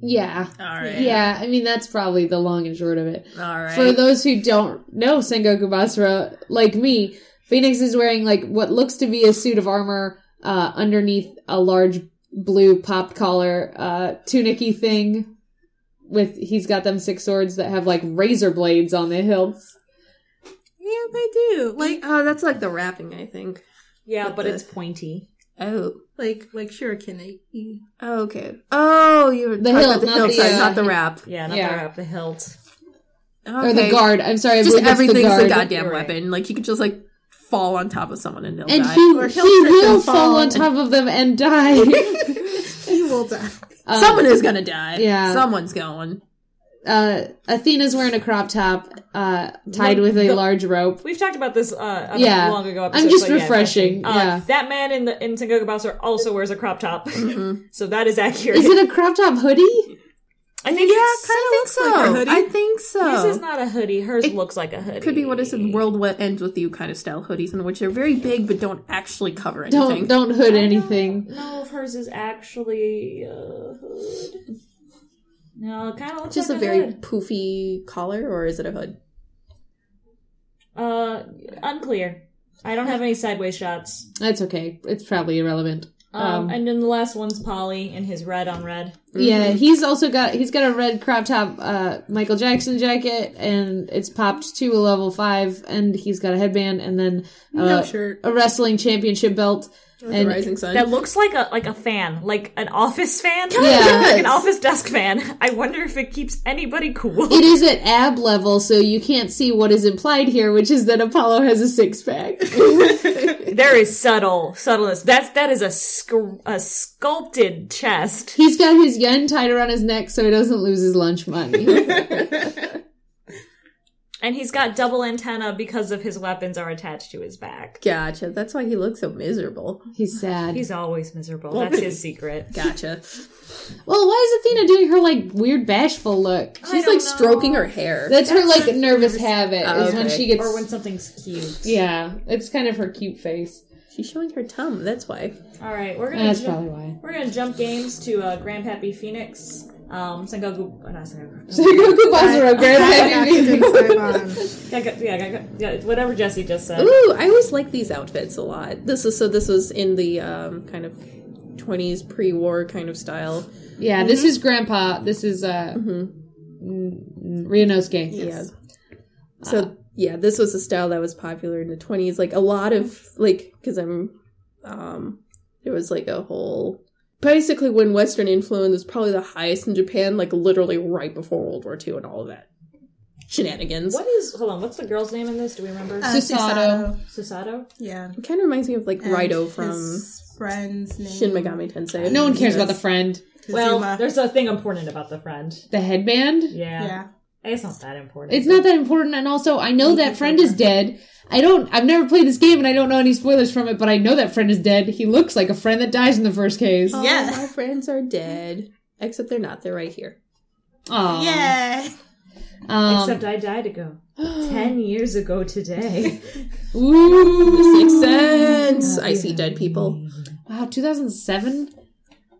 Yeah.
all right.
Yeah, I mean that's probably the long and short of it.
All right.
For those who don't know Sengoku Basara, like me, Phoenix is wearing like what looks to be a suit of armor uh, underneath a large blue pop collar uh, tunicky thing. With he's got them six swords that have like razor blades on the hilts.
Yeah, they do. Like, oh, that's like the wrapping, I think.
Yeah,
With
but
the-
it's pointy.
Oh.
Like like shuriken. eh?
oh okay. Oh, you're
The
talking
hilt,
about
not the,
sorry,
uh,
not the wrap.
Yeah, not
Yeah.
the wrap, the hilt.
Okay.
Or the guard. I'm sorry, I
Just
believe it's the
everything's a
guard.
goddamn
You're right.
weapon. Like you could just like fall on top of someone and they'll
and
die.
he,
Or
he
he'll trip
will
and
fall
fall
on
and-
top of them and die.
He will
(laughs)
die.
Um,
Someone is gonna die.
yeah.
Someone's going.
uh, Athena's wearing a crop top uh, tied with a
The- (laughs)
large rope.
We've talked about this uh, a
Yeah.
long ago.
I'm
Episode,
just
but yeah,
refreshing,
definitely. Uh,
yeah.
that man in the in Sengoku Bouncer also wears a crop top,
Mhm.
(laughs) so that is accurate.
Mm-hmm. Is it a crop top hoodie?
I think
Yeah,
it's-
kind of looks so.
like a hoodie.
I think so.
His is not a hoodie. Hers
It
looks like a hoodie.
Could be what is in world what ends with you kind of style hoodies, in which they're very big but don't actually cover
Don't
anything.
don't hood anything.
No, if hers is actually a hood. No, it kind of looks
Just
like
a very
hood.
poofy collar, or is it a hood?
Uh, unclear. I don't have any sideways shots.
That's okay. It's probably irrelevant.
Um,
Um,
and then the last one's Polly in his red on red.
Mm-hmm.
Yeah, he's also got he's got a red crop top uh Michael Jackson jacket and it's popped to a level 5 and he's got a headband and then uh,
No shirt.
a wrestling championship belt.
With
and-
the rising sun.
That looks like a like a fan, like an office fan, (laughs)
Yeah.
like an
does.
office desk fan. I wonder if it keeps anybody cool. (laughs)
It is at ab level so you can't see what is implied here which is that Apollo has a six
(laughs)
pack.
there is subtle subtleness. That's that is a sc- a sculpted chest.
he's got his yen tied around his neck so he doesn't lose his lunch
(laughs)
money.
And he's got double antenna because of his weapons are attached to his back.
Gotcha. That's why he looks so miserable.
he's sad.
He's always miserable.
(laughs)
That's his secret.
(laughs) Gotcha.
well, why is Athena doing her like weird bashful look?
I
She's
don't
like
know.
stroking her hair.
That's her like nervous habit is when
Oh, okay.
she gets
Or when something's cute.
Yeah, it's kind of her cute face.
She's showing her tum. That's why.
All right, we're gonna
That's
jump,
probably (laughs) why.
we're gonna jump games to uh, Grandpappy Phoenix, um, Sengoku, uh, not Sengoku,
So Goku
(laughs)
Basara, Grand Happy Meal.
That's
yeah, yeah, yeah, yeah, whatever Jesse just said.
Ooh, I always like these outfits a lot. This is so. This was in the um, kind of 20s pre-war kind of style. Mm-hmm.
Yeah, this is Grandpa. This is uh, mm, Ryunosuke.
Yeah.
Uh.
So yeah, this was a style that was popular in the 20s. Like a lot of like because I'm, um, there was like a whole basically when Western influence was probably the highest in Japan. Like literally right before World War II and all of that shenanigans.
What is hold on? What's the girl's name in this? Do we remember?
Uh, Susato.
Susato.
Yeah.
It kind of reminds me of like
And
Raido from
his friend's name.
Shin Megami Tensei.
No one cares about the friend.
Kazuma.
Well, there's a thing important about the friend.
The headband.
Yeah.
yeah.
it's not that important.
It's not that important, and also I know that friend is dead. I don't. I've never played this game, and I don't know any spoilers from it. But I know that friend is dead. He looks like a friend that dies in the first case.
All
Yeah.
"Oh, my friends are dead. Except they're not. They're right
(laughs)
here.
Aw.
Yeah.
Um,
Except I died ago,
(gasps)
ten years ago today.
ooh.
Makes sense. I see dead people.
Wow, 2007.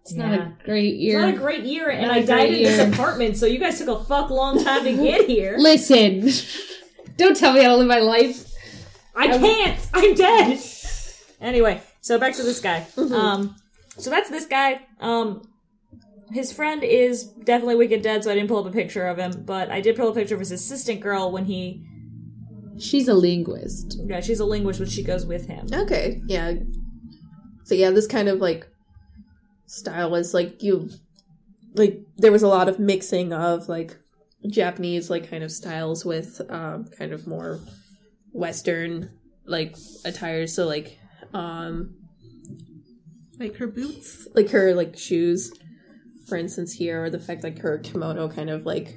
It's not
Yeah.
a great
It's
year.
not a great year, and
Not
I
a
died
great
in
year.
this apartment. So you guys took a fuck long time to
(laughs)
get here.
Listen, (laughs) don't tell me how to live my life.
I can't. I'm dead. (laughs) Anyway, so back to this guy. Um, so that's this guy. Um, his friend is definitely wicked dead, so I didn't pull up a picture of him, but I did pull a picture of his assistant girl when he.
She's a linguist.
Yeah, she's a linguist when she goes with him.
Okay. Yeah. So yeah, this kind of like style is like you like there was a lot of mixing of like Japanese like kind of styles with um kind of more western like attires so like um
Like her boots.
like her like shoes for instance here or the fact like her kimono kind of like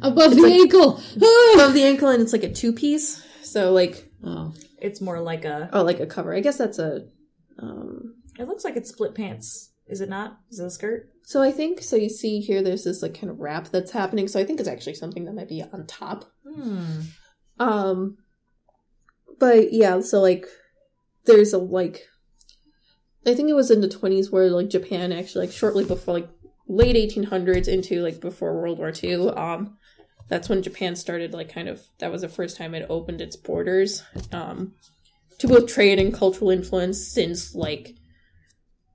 Above the ankle. Ah!
above the ankle and it's like a two piece so like
oh.
It's more like a.
oh like a cover i guess that's a um
It looks like it's split pants. Is it not? Is it a skirt?
so i think so you see here there's this like kind of wrap that's happening so i think it's actually something that might be on top
Hmm.
um but yeah so like there's a like i think it was in the 20s where like japan actually like shortly before like late 1800s into like before world war ii um that's when japan started like kind of that was the first time it opened its borders um to both trade and cultural influence since like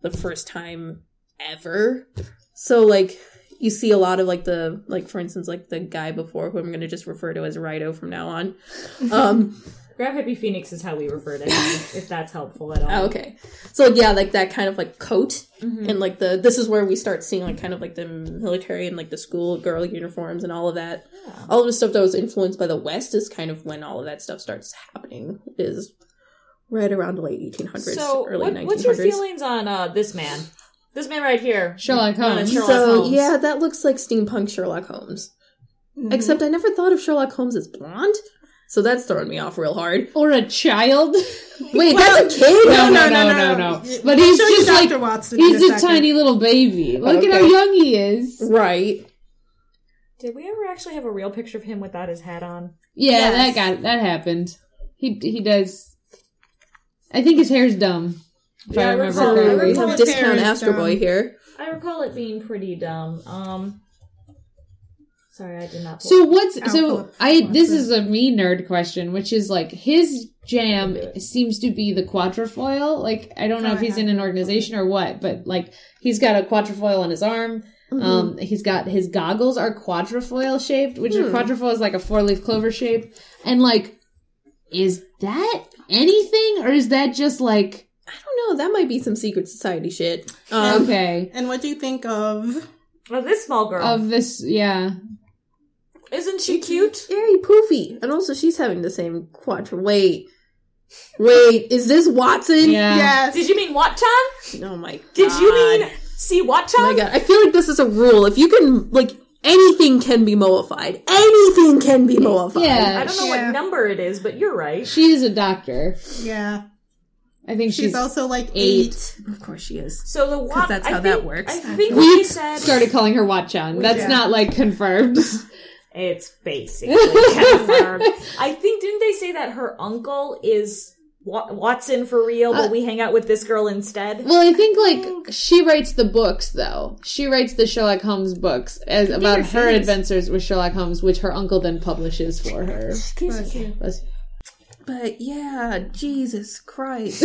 the first time ever so like you see a lot of like the like for instance like the guy before who i'm going to just refer to as Raido from
(laughs)
now on um
Grab Happy Phoenix is how we refer to him, (laughs) if that's helpful at all.
Oh, okay. So yeah, like that kind of like coat
Mhm.
and like the this is where we start seeing like kind of like the military and like the school girl uniforms and all of that. All of the stuff that was influenced by the West is kind of when all of that stuff starts happening is right around the late 1800s,
So,
early
what,
1900s.
what's your feelings on uh, this man? This man right here.
Sherlock
Not a
Holmes.
Sherlock
so
Holmes. Mm-hmm.
yeah, that looks like steampunk Sherlock Holmes.
Mhm.
Except I never thought of Sherlock Holmes as blonde, so that's throwing me off real hard.
Or a (laughs) child.
Wait,
Mm.
that's a kid?
No, no, no, no, no.
We'll
But he's
show you
just like-
Dr. Watson in
He's a,
second.
tiny little baby. Look at how
Okay.
young he is.
Right.
Did we ever actually have a real picture of him without his hat on?
Yeah,
Yes.
that got that happened. He he does. I think his hair's dumb. If
Yeah,
I
I
remember
recall- I
So
correctly.
we
recall-
have discount
Paris,
Astro
um,
Boy here.
I recall it being pretty dumb. Um, sorry, I did not.
So what's so
Alpha
I this
Quadra.
is a me nerd question, which is like his jam seems to be the quatrefoil. Like I don't know
Oh,
if he's
yeah.
in an organization or what, but like he's got a quatrefoil on his arm. Um, he's got his goggles are quatrefoil shaped, which are
Hmm.
quatrefoil is like a four leaf clover shape, and like is that anything or is that just like
I don't know. That might be some secret society shit. Um,
okay
And what do you think of?
Oh, this small girl
um,
of this? Yeah,
isn't she cute?
Very poofy, and also she's having the same quadra. Wait, wait, is this Watson?
yeah.
Yes.
Did you mean Watchan?
Oh my. God.
Did you mean see
Oh my
Watchan?
god! I feel like this is a rule. If you can, like, anything can be moified. Anything can be moified.
yeah.
I don't know
Yeah.
what number it is, but you're right.
She is a doctor.
yeah.
I think
She's,
she's,
also like
eight.
eight.
Of course she is.
So the Watchan.
that's
I
how
think,
that works.
I think
We
we said
started calling her Watchan. That's
Yeah.
not like confirmed.
It's
(laughs)
basically confirmed. I think didn't they say that her uncle is Wa- Watson for real,
Uh,
but we hang out with this girl instead?
well, I think like she writes the books though. She writes the Sherlock Holmes books as about
she
her
is.
adventures with Sherlock Holmes, which her uncle then publishes for her.
Bless you.
That's-
But yeah,
(laughs)
Jesus Christ.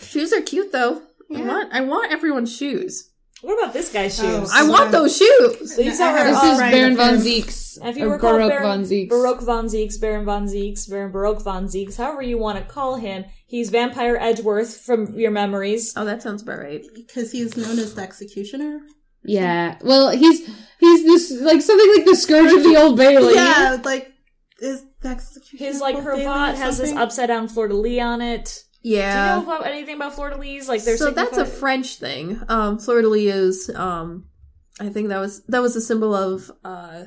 shoes are cute though. I want. I want everyone's shoes.
What about this guy's
Oh,
shoes?
I want those shoes.
so you saw her.
I
This
have-
uh,
is
right,
Baron
of
von
course.
Zeke's
if you
or
recall,
Baroque
Baron,
von Zeke's.
Baroque von Zeeks, Baron von Zeeks, Baron Baroque von Zeeks, however you want to call him, he's Vampire Edgeworth from your memories.
Oh, that sounds about right.
Because he is known as the executioner.
Yeah. Well, he's he's this like something like the scourge of the old Bailey.
Yeah, like is the executioner.
His like
called Bailey or
cravat has this
(laughs) something?
upside down fleur de lis on it. Do
Yeah.
you know about anything about fleur de lis? Like there's
so that's a French thing. Um, fleur de lis is. Um, I think that was that was a symbol of. Uh, I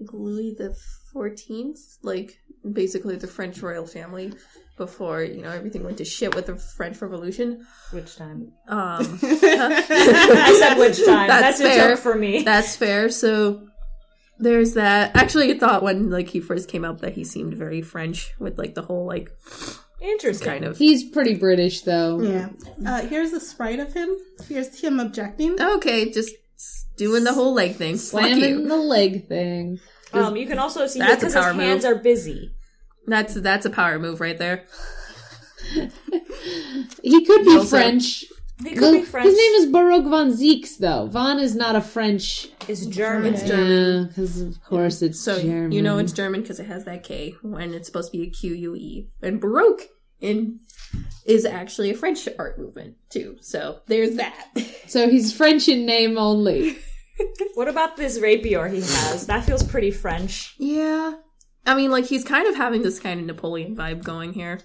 think Louis the Fourteenth, like basically the French royal family, before you know everything went to shit with the French Revolution.
which time.
(laughs) Um,
(laughs) I said which time.
That's
That's,
fair.
a joke for me.
That's fair. So there's that. Actually, I thought when like he first came out that he seemed very French with like the whole like
Interesting.
kind of
He's pretty British though.
(laughs) Yeah. Uh, here's a sprite of him. Here's him objecting.
okay, just doing the whole leg thing. Fuck
Slamming
you.
the leg thing.
Um, you can also see
That's a
because his
power move.
hands are busy.
That's that's a power move right there.
He could be
Also-
French.
He could
Well,
be French.
His name is Baroque von Zeeks, though. Von is not a French.
is German.
It's
because of course it's
So
German.
you know it's German because it has that K when it's supposed to be a Q U E. And Baroque in is actually a French art movement too. So there's that. (laughs)
so he's French in name only.
What about this rapier he has? That feels pretty French.
Yeah. I mean, like he's kind of having this kind of Napoleon vibe going here.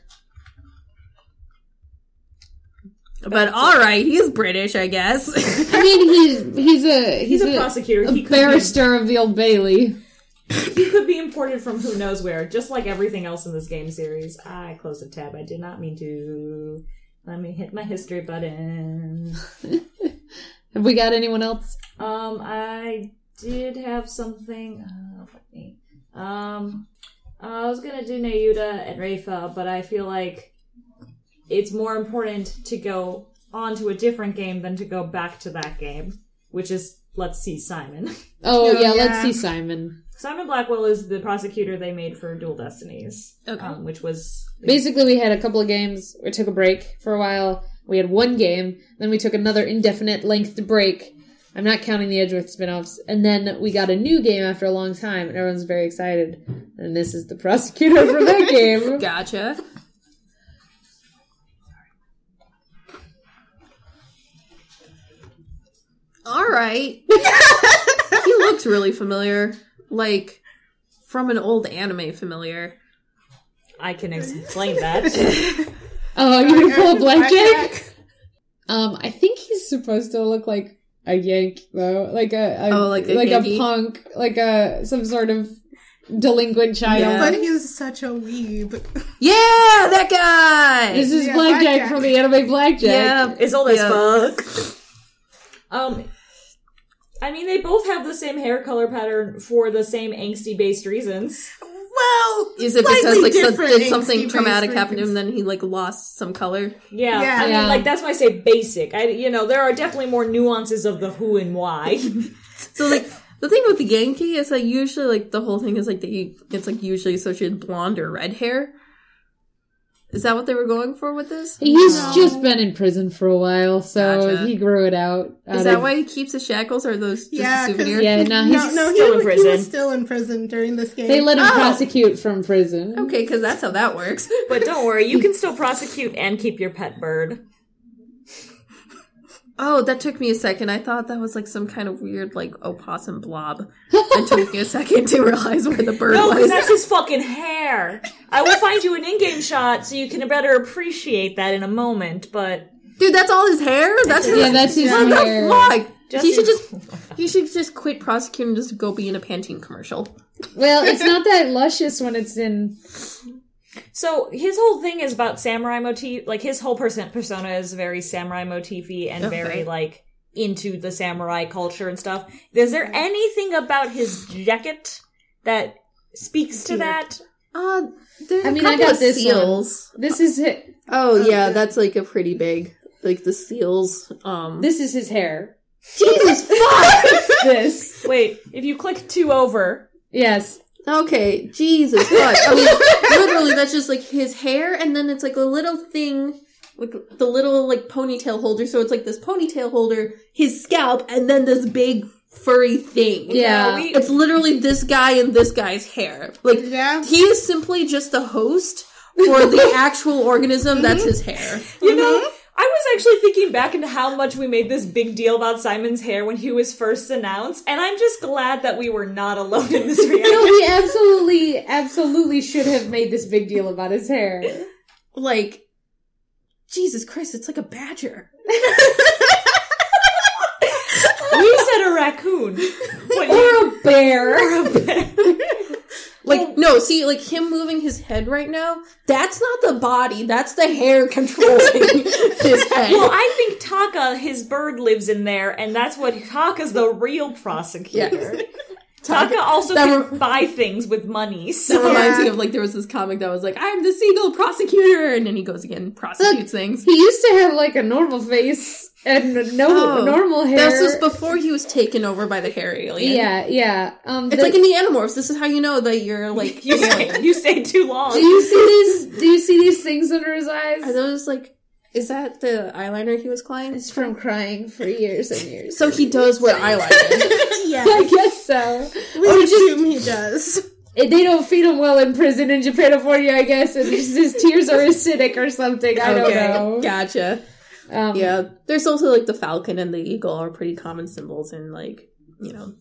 But all right, he's British, I guess. (laughs)
I mean, he's he's a
He's,
he's,
a, prosecutor.
a
he, could be,
barrister of the old Bailey.
he could be imported from who knows where, just like everything else in this game series. I closed a tab. I did not mean to. Let me hit my history button.
Have we got anyone else?
Um, I did have something. Oh, fuck me. Um, I was gonna do Nayuda and Rafa, but I feel like it's more important to go on to a different game than to go back to that game, which is Let's See Simon. (laughs)
Oh,
Oh,
yeah, let's
yeah.
see Simon.
Simon Blackwell is the prosecutor they made for Dual Destinies, um, which was
Basically, we had a couple of games. We took a break for a while. We had one game, then we took another indefinite length break. I'm not counting the Edgeworth spin-offs. And then we got a new game after a long time, and everyone's very excited. And this is the prosecutor for
(laughs)
that game.
gotcha. All right. he looks really familiar, like from an old anime familiar.
I can explain that.
Oh, you're gonna pull a blackjack?
Blackjack?
Um, I think he's supposed to look like a yank though, like a, a
Oh, like a Yankee?
punk, like a some sort of delinquent child.
Yeah.
But he's such a weeb.
Yeah, that guy.
This is
Yeah,
blackjack,
Blackjack.
from the anime Blackjack.
yeah,
It's old as
Yeah.
fuck. Um, I mean, they both have the same hair color pattern for the same angsty based reasons.
Well,
Is it
slightly
because like so-
different
did something
angsty
traumatic
based
happen to him?
reasons.
Then he like lost some color.
Yeah,
Yeah.
I mean,
Yeah.
like that's why I say basic. I, you know, there are definitely more nuances of the who and why. (laughs)
So like the thing with the Yankee is like usually like the whole thing is like they it's like usually associated with blonde or red hair. Is that what they were going for with this?
He's
No.
just been in prison for a while, so
Gotcha.
he grew it out.
Is that why he keeps his shackles? Or are those just
Yeah,
a
'cause-
souvenir?
Yeah, no, he's
no, no, he,
still in
was- he
prison.
was still in prison during this game.
they let him
Oh.
prosecute from prison.
Okay, because that's how that works. (laughs)
but don't worry, you can still prosecute and keep your pet bird.
Oh, that took me a second. I thought that was like some kind of weird like opossum blob. It took me a second to realize where the bird
No, because
was.
that's his fucking hair. I will find you an in-game shot so you can better appreciate that in a moment. But
Dude, that's all his hair. That's his
Yeah, that's his
what
hair.
the fuck.
Just
he should
his-
just he should just quit prosecuting and just go be in a Pantene commercial.
Well, it's not that luscious when it's in.
So his whole thing is about samurai motif. Like his whole person persona is very samurai motify and
Okay.
very like into the samurai culture and stuff. Is there anything about his jacket that speaks to that?
Uh, there's
I
I
mean,
mean,
I
I
got
of
this
seals.
This is his,
Oh yeah, that's like a pretty big, like the seals. Um,
this is his hair.
(laughs) Jesus (laughs) fuck.
This,
Wait, if you click two over,
yes,
okay, Jesus fuck. I mean, literally, that's just like his hair, and then it's like a little thing, like the little like ponytail holder. So it's like this ponytail holder, his scalp, and then this big furry thing.
yeah.
we-
It's literally this guy and this guy's hair. Like
Yeah.
he is simply just the host for (laughs) the actual organism that's his hair.
you know. I was actually thinking back into how much we made this big deal about Simon's hair when he was first announced, and I'm just glad that we were not alone in (laughs) this
No,
reaction.
we absolutely, absolutely should have made this big deal about his hair.
Like Jesus Christ, it's like a badger.
we said a (laughs) raccoon. But you-
Or a bear.
Like no, see, like him moving his head right now, that's not the body, that's the hair (laughs) controlling his head.
Well, I think Taka, his bird, lives in there, and that's what Taka's the real prosecutor. (laughs) Taka also
That
can
rem-
buy things with money,
that
so
reminds
Yeah.
me of like there was this comic that was like, I'm the seagull prosecutor, and then he goes again and prosecutes things.
He used to have like a normal face and no
Oh.
normal hair.
This was before he was taken over by the hair alien.
Yeah, yeah. Um,
It's
the-
like in the Animorphs, this is how you know that
(laughs)
you're like
you stay, you stay too long.
do you see these? Do you see these things under his eyes?
Are those like? Is that the eyeliner he was crying?
It's from crying for years and years.
So he does wear eyeliner.
yeah.
I guess so.
We assume he does.
It- They don't feed him well in prison in Japanofornia, I guess, and his, his tears are acidic or something. I don't (laughs) know.
gotcha.
Um,
Yeah, there's also like the falcon and the eagle are pretty common symbols in like you know,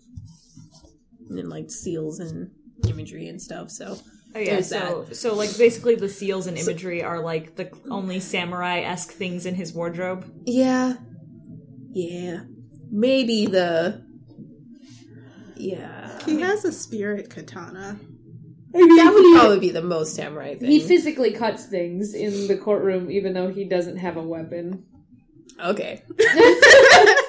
in like seals and imagery and stuff. So
Oh, yeah,
There's
so so like basically the seals and imagery are like the only samurai esque things in his wardrobe.
yeah, yeah, maybe the yeah
He has a spirit katana.
that would probably be the most samurai thing.
He physically cuts things in the courtroom, even though he doesn't have a weapon.
okay, (laughs)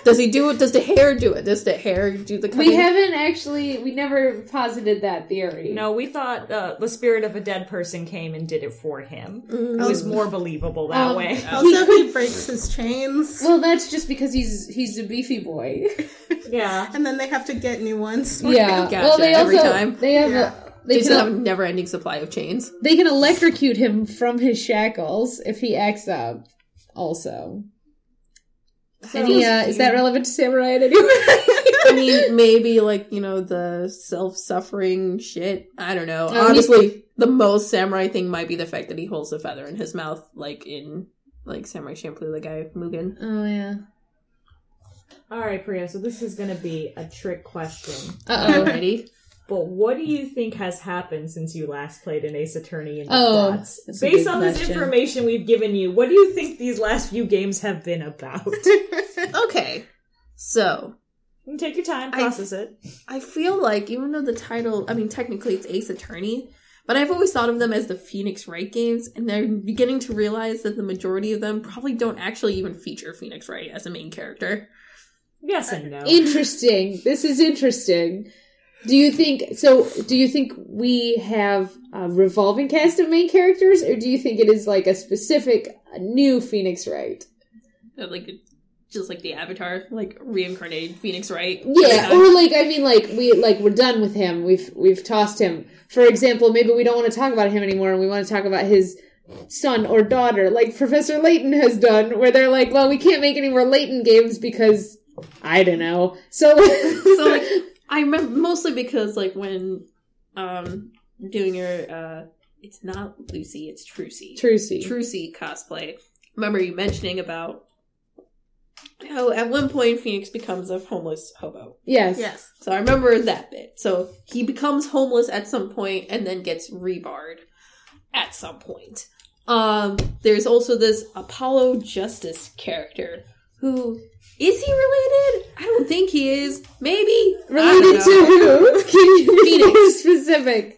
does he do it? Does the hair do it? Does the hair do the?
We
cutting?
haven't actually, we never posited that theory.
No, we thought uh, the spirit of a dead person came and did it for him. It
Mm.
was more believable that
Um,
way.
Also, he breaks his chains,
Well, that's just because he's he's a beefy
(laughs)
boy.
(laughs) Yeah.
and then they have to get new ones. (laughs)
yeah.
gotcha,
Well, they also
every time.
they have
Yeah.
a, they
They still have a
can,
never-ending supply of chains.
they can electrocute him from his shackles if he acts up. Also, any uh, is that relevant to samurai in any way?
I mean, maybe like you know the self-suffering shit. I don't know.
Oh,
Honestly, the most samurai thing might be the fact that he holds a feather in his mouth, like in like Samurai Champloo, the guy Mugen.
(laughs) oh yeah.
All right, Priya. So this is going to be a trick question.
Uh oh.
Already,
But what do you think has happened since you last played an Ace Attorney in the
Oh,
dots?
that's a
Based
good
on this
question.
information we've given you, what do you think these last few games have been
(laughs)
about?
Okay. So,
Take your time,
I-
process it.
I feel like even though the title, I mean, technically it's Ace Attorney, but I've always thought of them as the Phoenix Wright games, and I'm beginning to realize that the majority of them probably don't actually even feature Phoenix Wright as a main character.
Yes and no.
(laughs) Interesting. This is interesting. Do you think so? Do you think we have a revolving cast of main characters, or do you think it is like a specific a new Phoenix Wright?
Uh, Like, just like the Avatar, like reincarnated Phoenix Wright.
Yeah, or like I mean, like we like we're done with him. We've we've tossed him. For example, maybe we don't want to talk about him anymore, and we want to talk about his son or daughter, like Professor Layton has done, where they're like, well, we can't make any more Layton games because I don't know. So, (laughs)
so like I remember mostly because like when um doing your uh it's not Lucy, it's Trucy.
Trucy.
Trucy cosplay. Remember you mentioning about how at one point Phoenix becomes a homeless hobo.
yes.
Yes.
So I remember that bit. So he becomes homeless at some point and then gets rebarred at some point. Um there's also this Apollo Justice character who is he related? I don't think he is. Maybe I don't
Related to
know.
who? (laughs) Can you be
Phoenix.
more specific?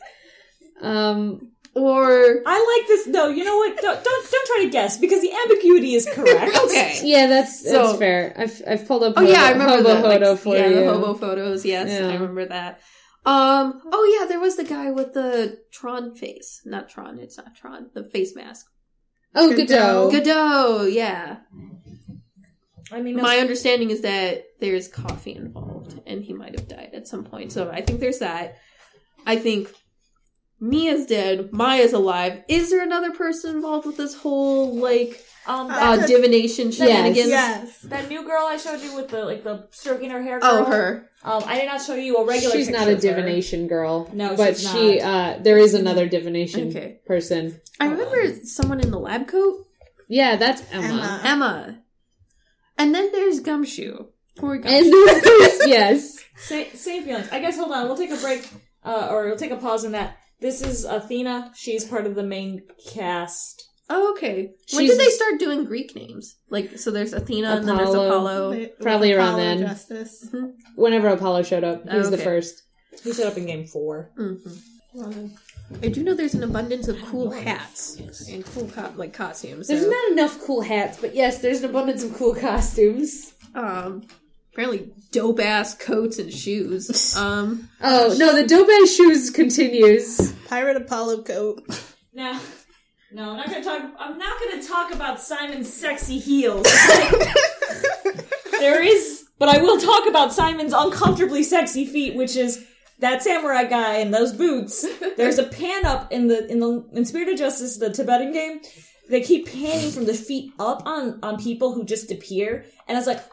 Um,
or
I like this. No, you know what? Don't, don't don't try to guess because the ambiguity is
(laughs)
correct.
okay.
yeah, that's that's
So-
fair. I've I've pulled up.
Oh yeah, I remember
hobo
the like,
photo for
yeah,
you.
the hobo photos. Yes,
Yeah.
I remember that. Um. Oh yeah, there was the guy with the Tron face. Not Tron. It's not Tron. The face mask.
Oh,
Godot.
Godot.
Godot. Yeah.
I mean, no,
My understanding is that there's coffee involved, and he might have died at some point. So I think there's that. I think Mia's dead. Maya's alive. Is there another person involved with this whole like
um, that,
uh, divination shenanigans?
Yes.
that new girl I showed you with the like the stroking her hair.
Oh,
girl,
her.
Um, I did not show you a regular.
she's
picture
not a
of her.
divination girl.
No,
but
she's
she uh there is another divination
Okay.
person.
I remember someone in the lab coat,
Yeah, that's Emma.
Emma.
Emma. And then there's Gumshoe. Poor
And (laughs)
Gumshoe.
yes.
Sa- same feelings. I guess. Hold on. We'll take a break, uh, or we'll take a pause in that. This is Athena. She's part of the main cast.
oh, okay. When
She's-
did they start doing Greek names? Like, so there's Athena and then there's
Apollo.
Apollo.
With
Probably around
Apollo
then.
Justice.
Whenever Apollo showed up, he was the
Okay.
first.
He showed up in game four.
Mhm. I do know there's an abundance of cool hats and cool co- like costumes.
There's
so,
not enough cool hats, but yes, there's an abundance of cool costumes.
um, apparently dope ass coats and
(laughs)
shoes. Um,
Oh no, the dope ass shoes continues.
Pirate Apollo coat.
(laughs)
Now, no, I'm not gonna talk. I'm not gonna talk about Simon's sexy heels. there is, but I will talk about Simon's uncomfortably sexy feet, which is that samurai guy in those boots. There's a pan up in the in the in Spirit of Justice, the Tibetan game. They keep panning from the feet up on on people who just appear, and I was like.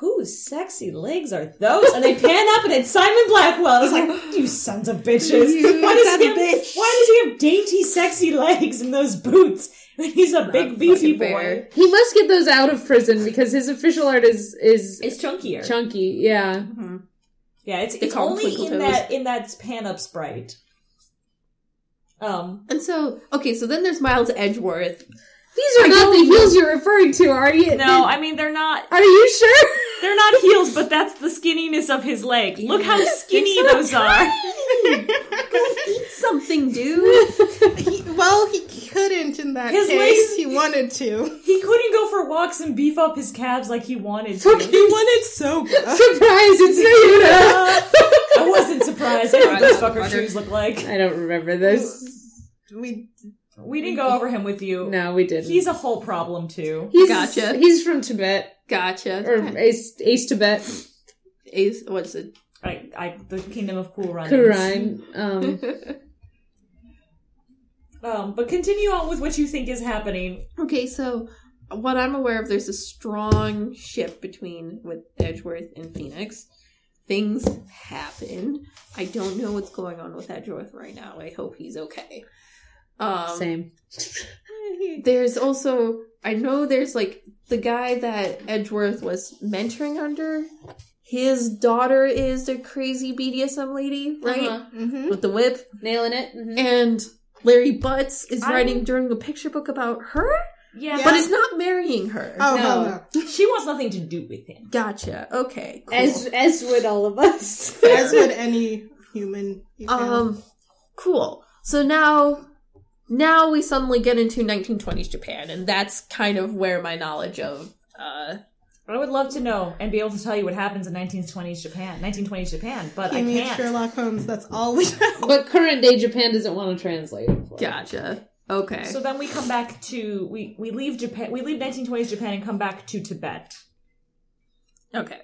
Whose sexy legs are those? And they pan up, and it's Simon Blackwell. I was like, "You sons of bitches! Why does
sons
he
of
have,
bitch.
why does he have dainty, sexy legs in those boots? (laughs) He's a big,
fucking
beefy boy.
fair.
He must get those out of prison because his official art is is
It's chunkier.
chunky. Yeah.
yeah, it's,
They
it's
call 'em
only
twinkle
in
toes.
that in that pan up sprite. Um,
and so, okay, so then there's Miles
(laughs)
Edgeworth.
These are not the heels you're referring to, are you?
no, I mean they're not
Are you sure?
they're not heels, but that's the skinniness of his leg. Look how skinny those are.
Eat something, dude.
He, well, he couldn't in that
His
case.
legs-
He wanted to.
(laughs) He couldn't go for walks and beef up his calves like (laughs) he wanted to.
Fucking-
He wanted so bad.
Surprise, it's
(laughs)
Naruto!
I wasn't surprised. I know what those fucker shoes look like.
I don't remember this.
We
We didn't go over him with you.
No, we didn't.
He's a whole problem too.
He's-
Gotcha.
He's from Tibet.
Gotcha.
Or Ace, Ace Tibet.
Ace, what's it?
I, I, the kingdom of cool runnings.
Kuran. Um, (laughs)
Um, but continue on with what you think is happening.
Okay, so what I'm aware of, there's a strong shift between with Edgeworth and Phoenix. Things happen. I don't know what's going on with Edgeworth right now. I hope he's okay. Um,
same.
There's also I know there's like the guy that Edgeworth was mentoring under. His daughter is the crazy BDSM lady, right?
Uh-huh.
Mm-hmm.
With the whip.
Nailing it. Mhm.
And Larry Butts is
I-
writing during a picture book about her,
Yeah,
Yeah.
but it's not marrying her.
Oh,
No.
hell no.
she wants nothing to do with him.
Gotcha. Okay. Cool.
As as would all
(laughs)
of us.
As would any human. you know.
Um, cool. So now, now we suddenly get into 1920s Japan, and that's kind of where my knowledge of uh,
I would love to know and be able to tell you what happens in 1920s Japan, 1920s Japan, but
He
I
means
can't.
Sherlock Holmes. That's all we know.
but current day Japan doesn't want to translate it. For us.
gotcha. Okay.
So then we come back to we we leave Japan, we leave 1920s Japan and come back to Tibet.
okay.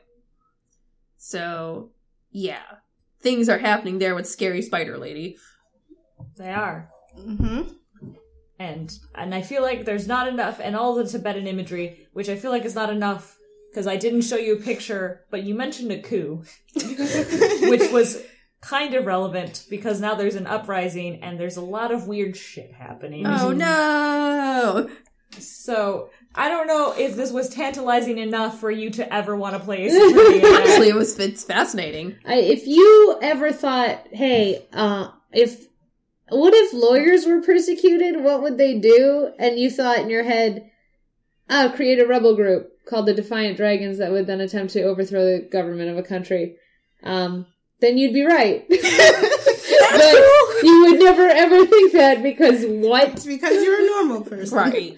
So yeah, things are happening there with scary spider lady.
They are,
hmm
and and I feel like there's not enough, and all the Tibetan imagery, which I feel like is not enough because I didn't show you a picture, but you mentioned a coup, (laughs) which was kind of relevant because now there's an uprising and there's a lot of weird shit happening.
Mm-hmm.
Oh no!
So I don't know if this was tantalizing enough for you to ever want to play
(laughs)
a security event.
Actually, it was it's fascinating.
I, if you ever thought, hey, uh, if what if lawyers were persecuted? What would they do? And you thought in your head, oh, create a rebel group called the Defiant Dragons that would then attempt to overthrow the government of a country. Um, then you'd be right. (laughs) but you would never ever think that because what?
It's because you're a normal person.
Right.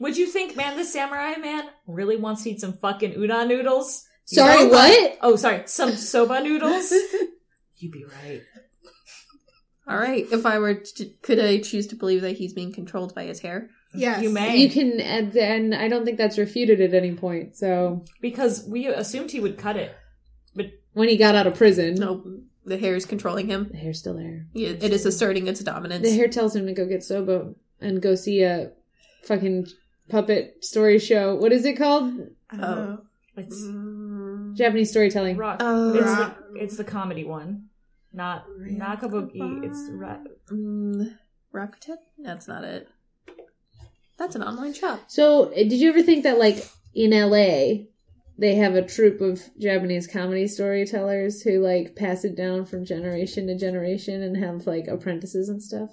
Would you think, man, this samurai man really wants to eat some fucking udon noodles?
Sorry,
Soba-
what?
Oh, sorry, some soba
(laughs)
noodles. You'd be right.
All right. If I were, to, could I choose to believe that he's being controlled by his hair?
Yes.
You may,
You can, and, and I don't think that's refuted at any point. So
because we assumed he would cut it.
when he got out of prison,
No, the hair is controlling him.
the hair's still there.
It it is asserting its dominance.
The hair tells him to go get Sobo and go see a fucking puppet story show. What is it called?
I don't know.
It's
Mm.
Japanese storytelling.
rock.
Oh,
it's,
rock.
The, it's the comedy one, not not kabuki. It's ra-
Mm, Rakuten? That's not it. That's an online shop.
So, uh, did you ever think that, like, in LA, they have a troupe of Japanese comedy storytellers who, like, pass it down from generation to generation and have, like, apprentices and stuff?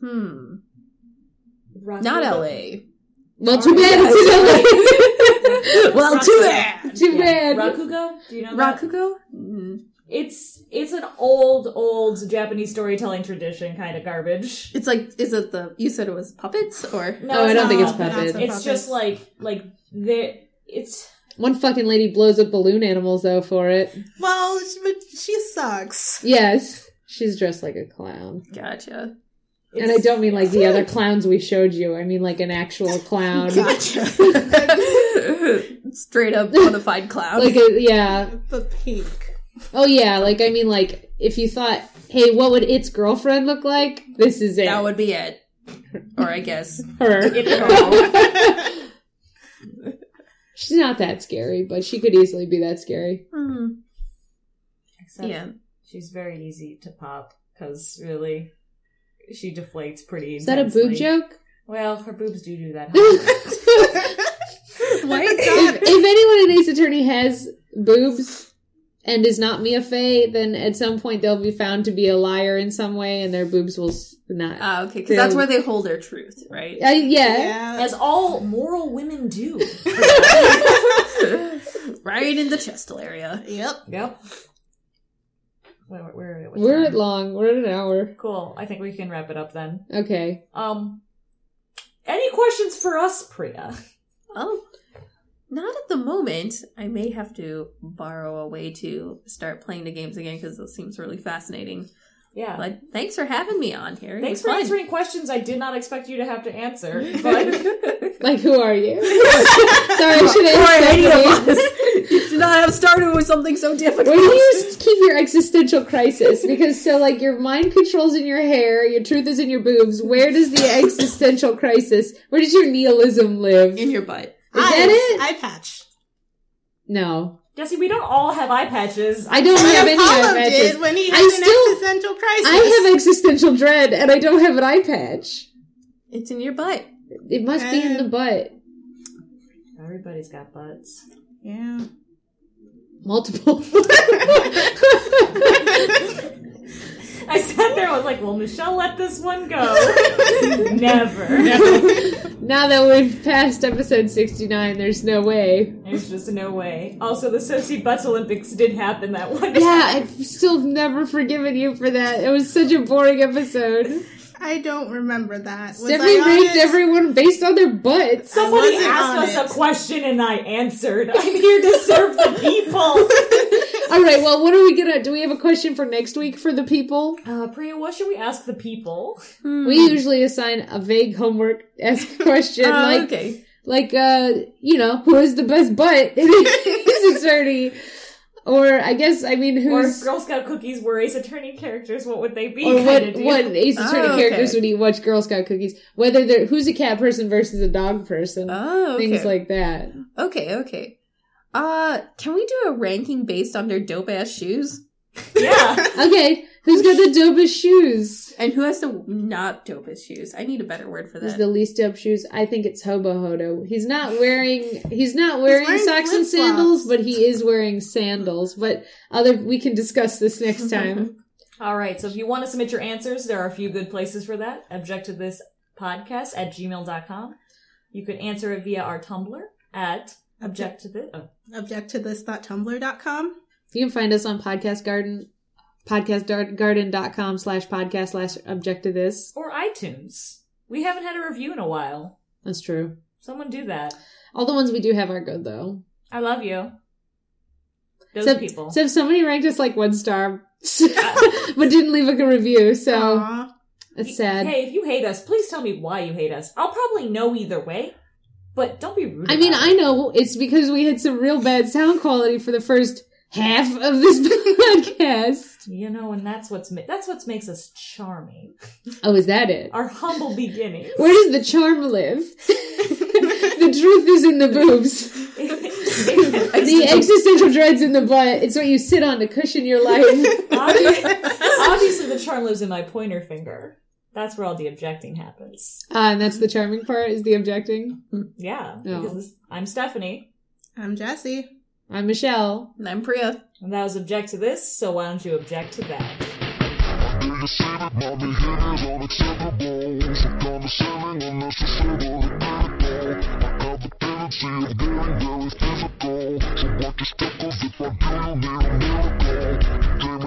Hmm.
rock
Not LA.
Well, too bad it's
well, too bad.
(laughs) in LA! Too
Yeah.
bad!
Rakugo? Do you know that?
Rakugo? Mm.
It's it's an old old Japanese storytelling tradition kind of garbage.
It's like, is it the? You said it was puppets, or
No,
(laughs) Oh, I don't think it's
not.
puppets.
Not so
It's just like like the it's
One fucking lady blows up balloon animals, though, for it.
Well, she- but she sucks.
Yes. She's dressed like a clown.
gotcha.
it's
and I don't mean like the other clowns we showed you. I mean like an actual
(laughs)
clown,
Gotcha.
Straight up bonafide clown.
like a yeah.
the pink.
Oh yeah, like I mean like if you thought, hey, what would its girlfriend look like? This is it.
that would be it. Or I guess.
her.
(laughs) It-
(laughs) She's not that scary, but she could easily be that scary.
Hmm.
Except
Yeah.
she's very easy to pop because really, she deflates pretty.
Is that a boob joke? (laughs)
Well, her boobs do do that.
(laughs) If, if anyone in Ace Attorney has boobs and is not Mia Fey, then at some point they'll be found to be a liar in some way, and their boobs will s- not.
Ah, okay, because that's where they hold their truth, right?
I- yeah,
Yeah.
(laughs) As all moral women do.
(laughs) right in the chestal area.
Yep.
(laughs) yep. Where, where, where, what
we're at
time?
long. We're at an hour.
cool. I think we can wrap it up then.
Okay.
Um, any questions for us, Priya?
Oh, not at the moment. I may have to borrow a way to start playing the games again because it seems really fascinating.
Yeah.
But thanks for having me on here. It
Thanks
was
for
fun.
answering questions I did not expect you to have to (laughs) answer. But
Like, who are you? Sorry, I should
Or any of
have
us.
(laughs)
You (laughs) should not have started with something so difficult.
Where do you s- keep your existential crisis? Because so, like, your mind controls in your hair, your truth is in your boobs. Where does the existential crisis? Where does your nihilism live?
in your butt.
Is
Eyes.
that it?
Eye patch.
No,
yeah, see, we don't all have eye patches.
I don't have any eye
Apollo
patches.
did when he
I
had an
still-
existential crisis.
I have existential dread, and I don't have an eye patch.
It's in your butt.
It must be in the butt.
Everybody's got butts.
yeah.
multiple. (laughs)
I sat there. I was like, "Will Michelle let this one go?" (laughs) Never.
now that we've passed episode 69, there's no way.
There's just no way. Also, the Soci Butts Olympics did happen that one.
Yeah, I've still never forgiven you for that. It was such a boring episode.
I don't remember that. Was
Stephanie
I
ranked
honest?
everyone based on their butts.
Somebody
wasn't on
asked us
it.
a question and I answered. I'm here to serve the people.
All right, well, what are we gonna? Do we have a question for next week for the people?
Uh, Priya, what should we ask the people?
We usually assign a vague homework esque question,
Oh,
Uh,
like
okay.
like uh, you know, who is the best butt in Ace Attorney? Or I guess I mean
Or if
who's or,
Girl Scout cookies were Ace Attorney characters, what would they be?
what
kinda deal.
what Ace Attorney
Oh, okay.
characters would eat what Girl Scout cookies? Whether they're who's a cat person versus a dog person,
Oh, okay.
things like that.
okay, okay. Uh, can we do a ranking based on their dope ass shoes
Yeah.
Okay, who's got the dopest shoes?
and who has the not dopest shoes? I need a better word for
Who's
that.
the least dope shoes? I think it's Hobo Hodo. He's not wearing he's not wearing,
wearing
socks and
flip-flops.
sandals, but he is wearing sandals. But other we can discuss this next time.
All right. So if you want to submit your answers, there are a few good places for that. Object to this podcast at gmail.com. You could answer it via our Tumblr at object to this. Oh.
Object to this dot tumblr dot com.
you can find us on Podcast Garden podcastgarden.com slash podcast slash object to this.
Or iTunes. We haven't had a review in a while.
That's true.
Someone do that.
All the ones we do have are good though.
I love you. Those
except,
people.
except somebody ranked us like one star (laughs) but didn't leave a good review, so
Aw.
it's sad.
Hey, if you hate us, please tell me why you hate us. I'll probably know either way, but don't be rude.
I mean,
about
I
it.
know it's because we had some real bad sound quality for the first half of this (laughs) podcast.
you know, and that's what's ma- that's what makes us charming.
Oh, is that it?
Our humble beginnings.
Where does the charm live? (laughs) the truth is in the boobs.
(laughs)
(laughs)
The existential dread's in the butt. It's what you sit on to cushion your life. (laughs)
obviously, the charm lives in my pointer finger. That's where all the objecting happens.
Ah, and that's the charming part is the objecting.
Yeah,
No.
because this- I'm Stephanie,
I'm Jesse.
I'm Michelle.
And I'm Priya.
and that was object to this. So why don't you object to that?
They just say that my behavior's unacceptable. So condescending, unnecessary, hypocritical. I have the tendency of getting very physical. So what just took off if I do, you need a miracle. Today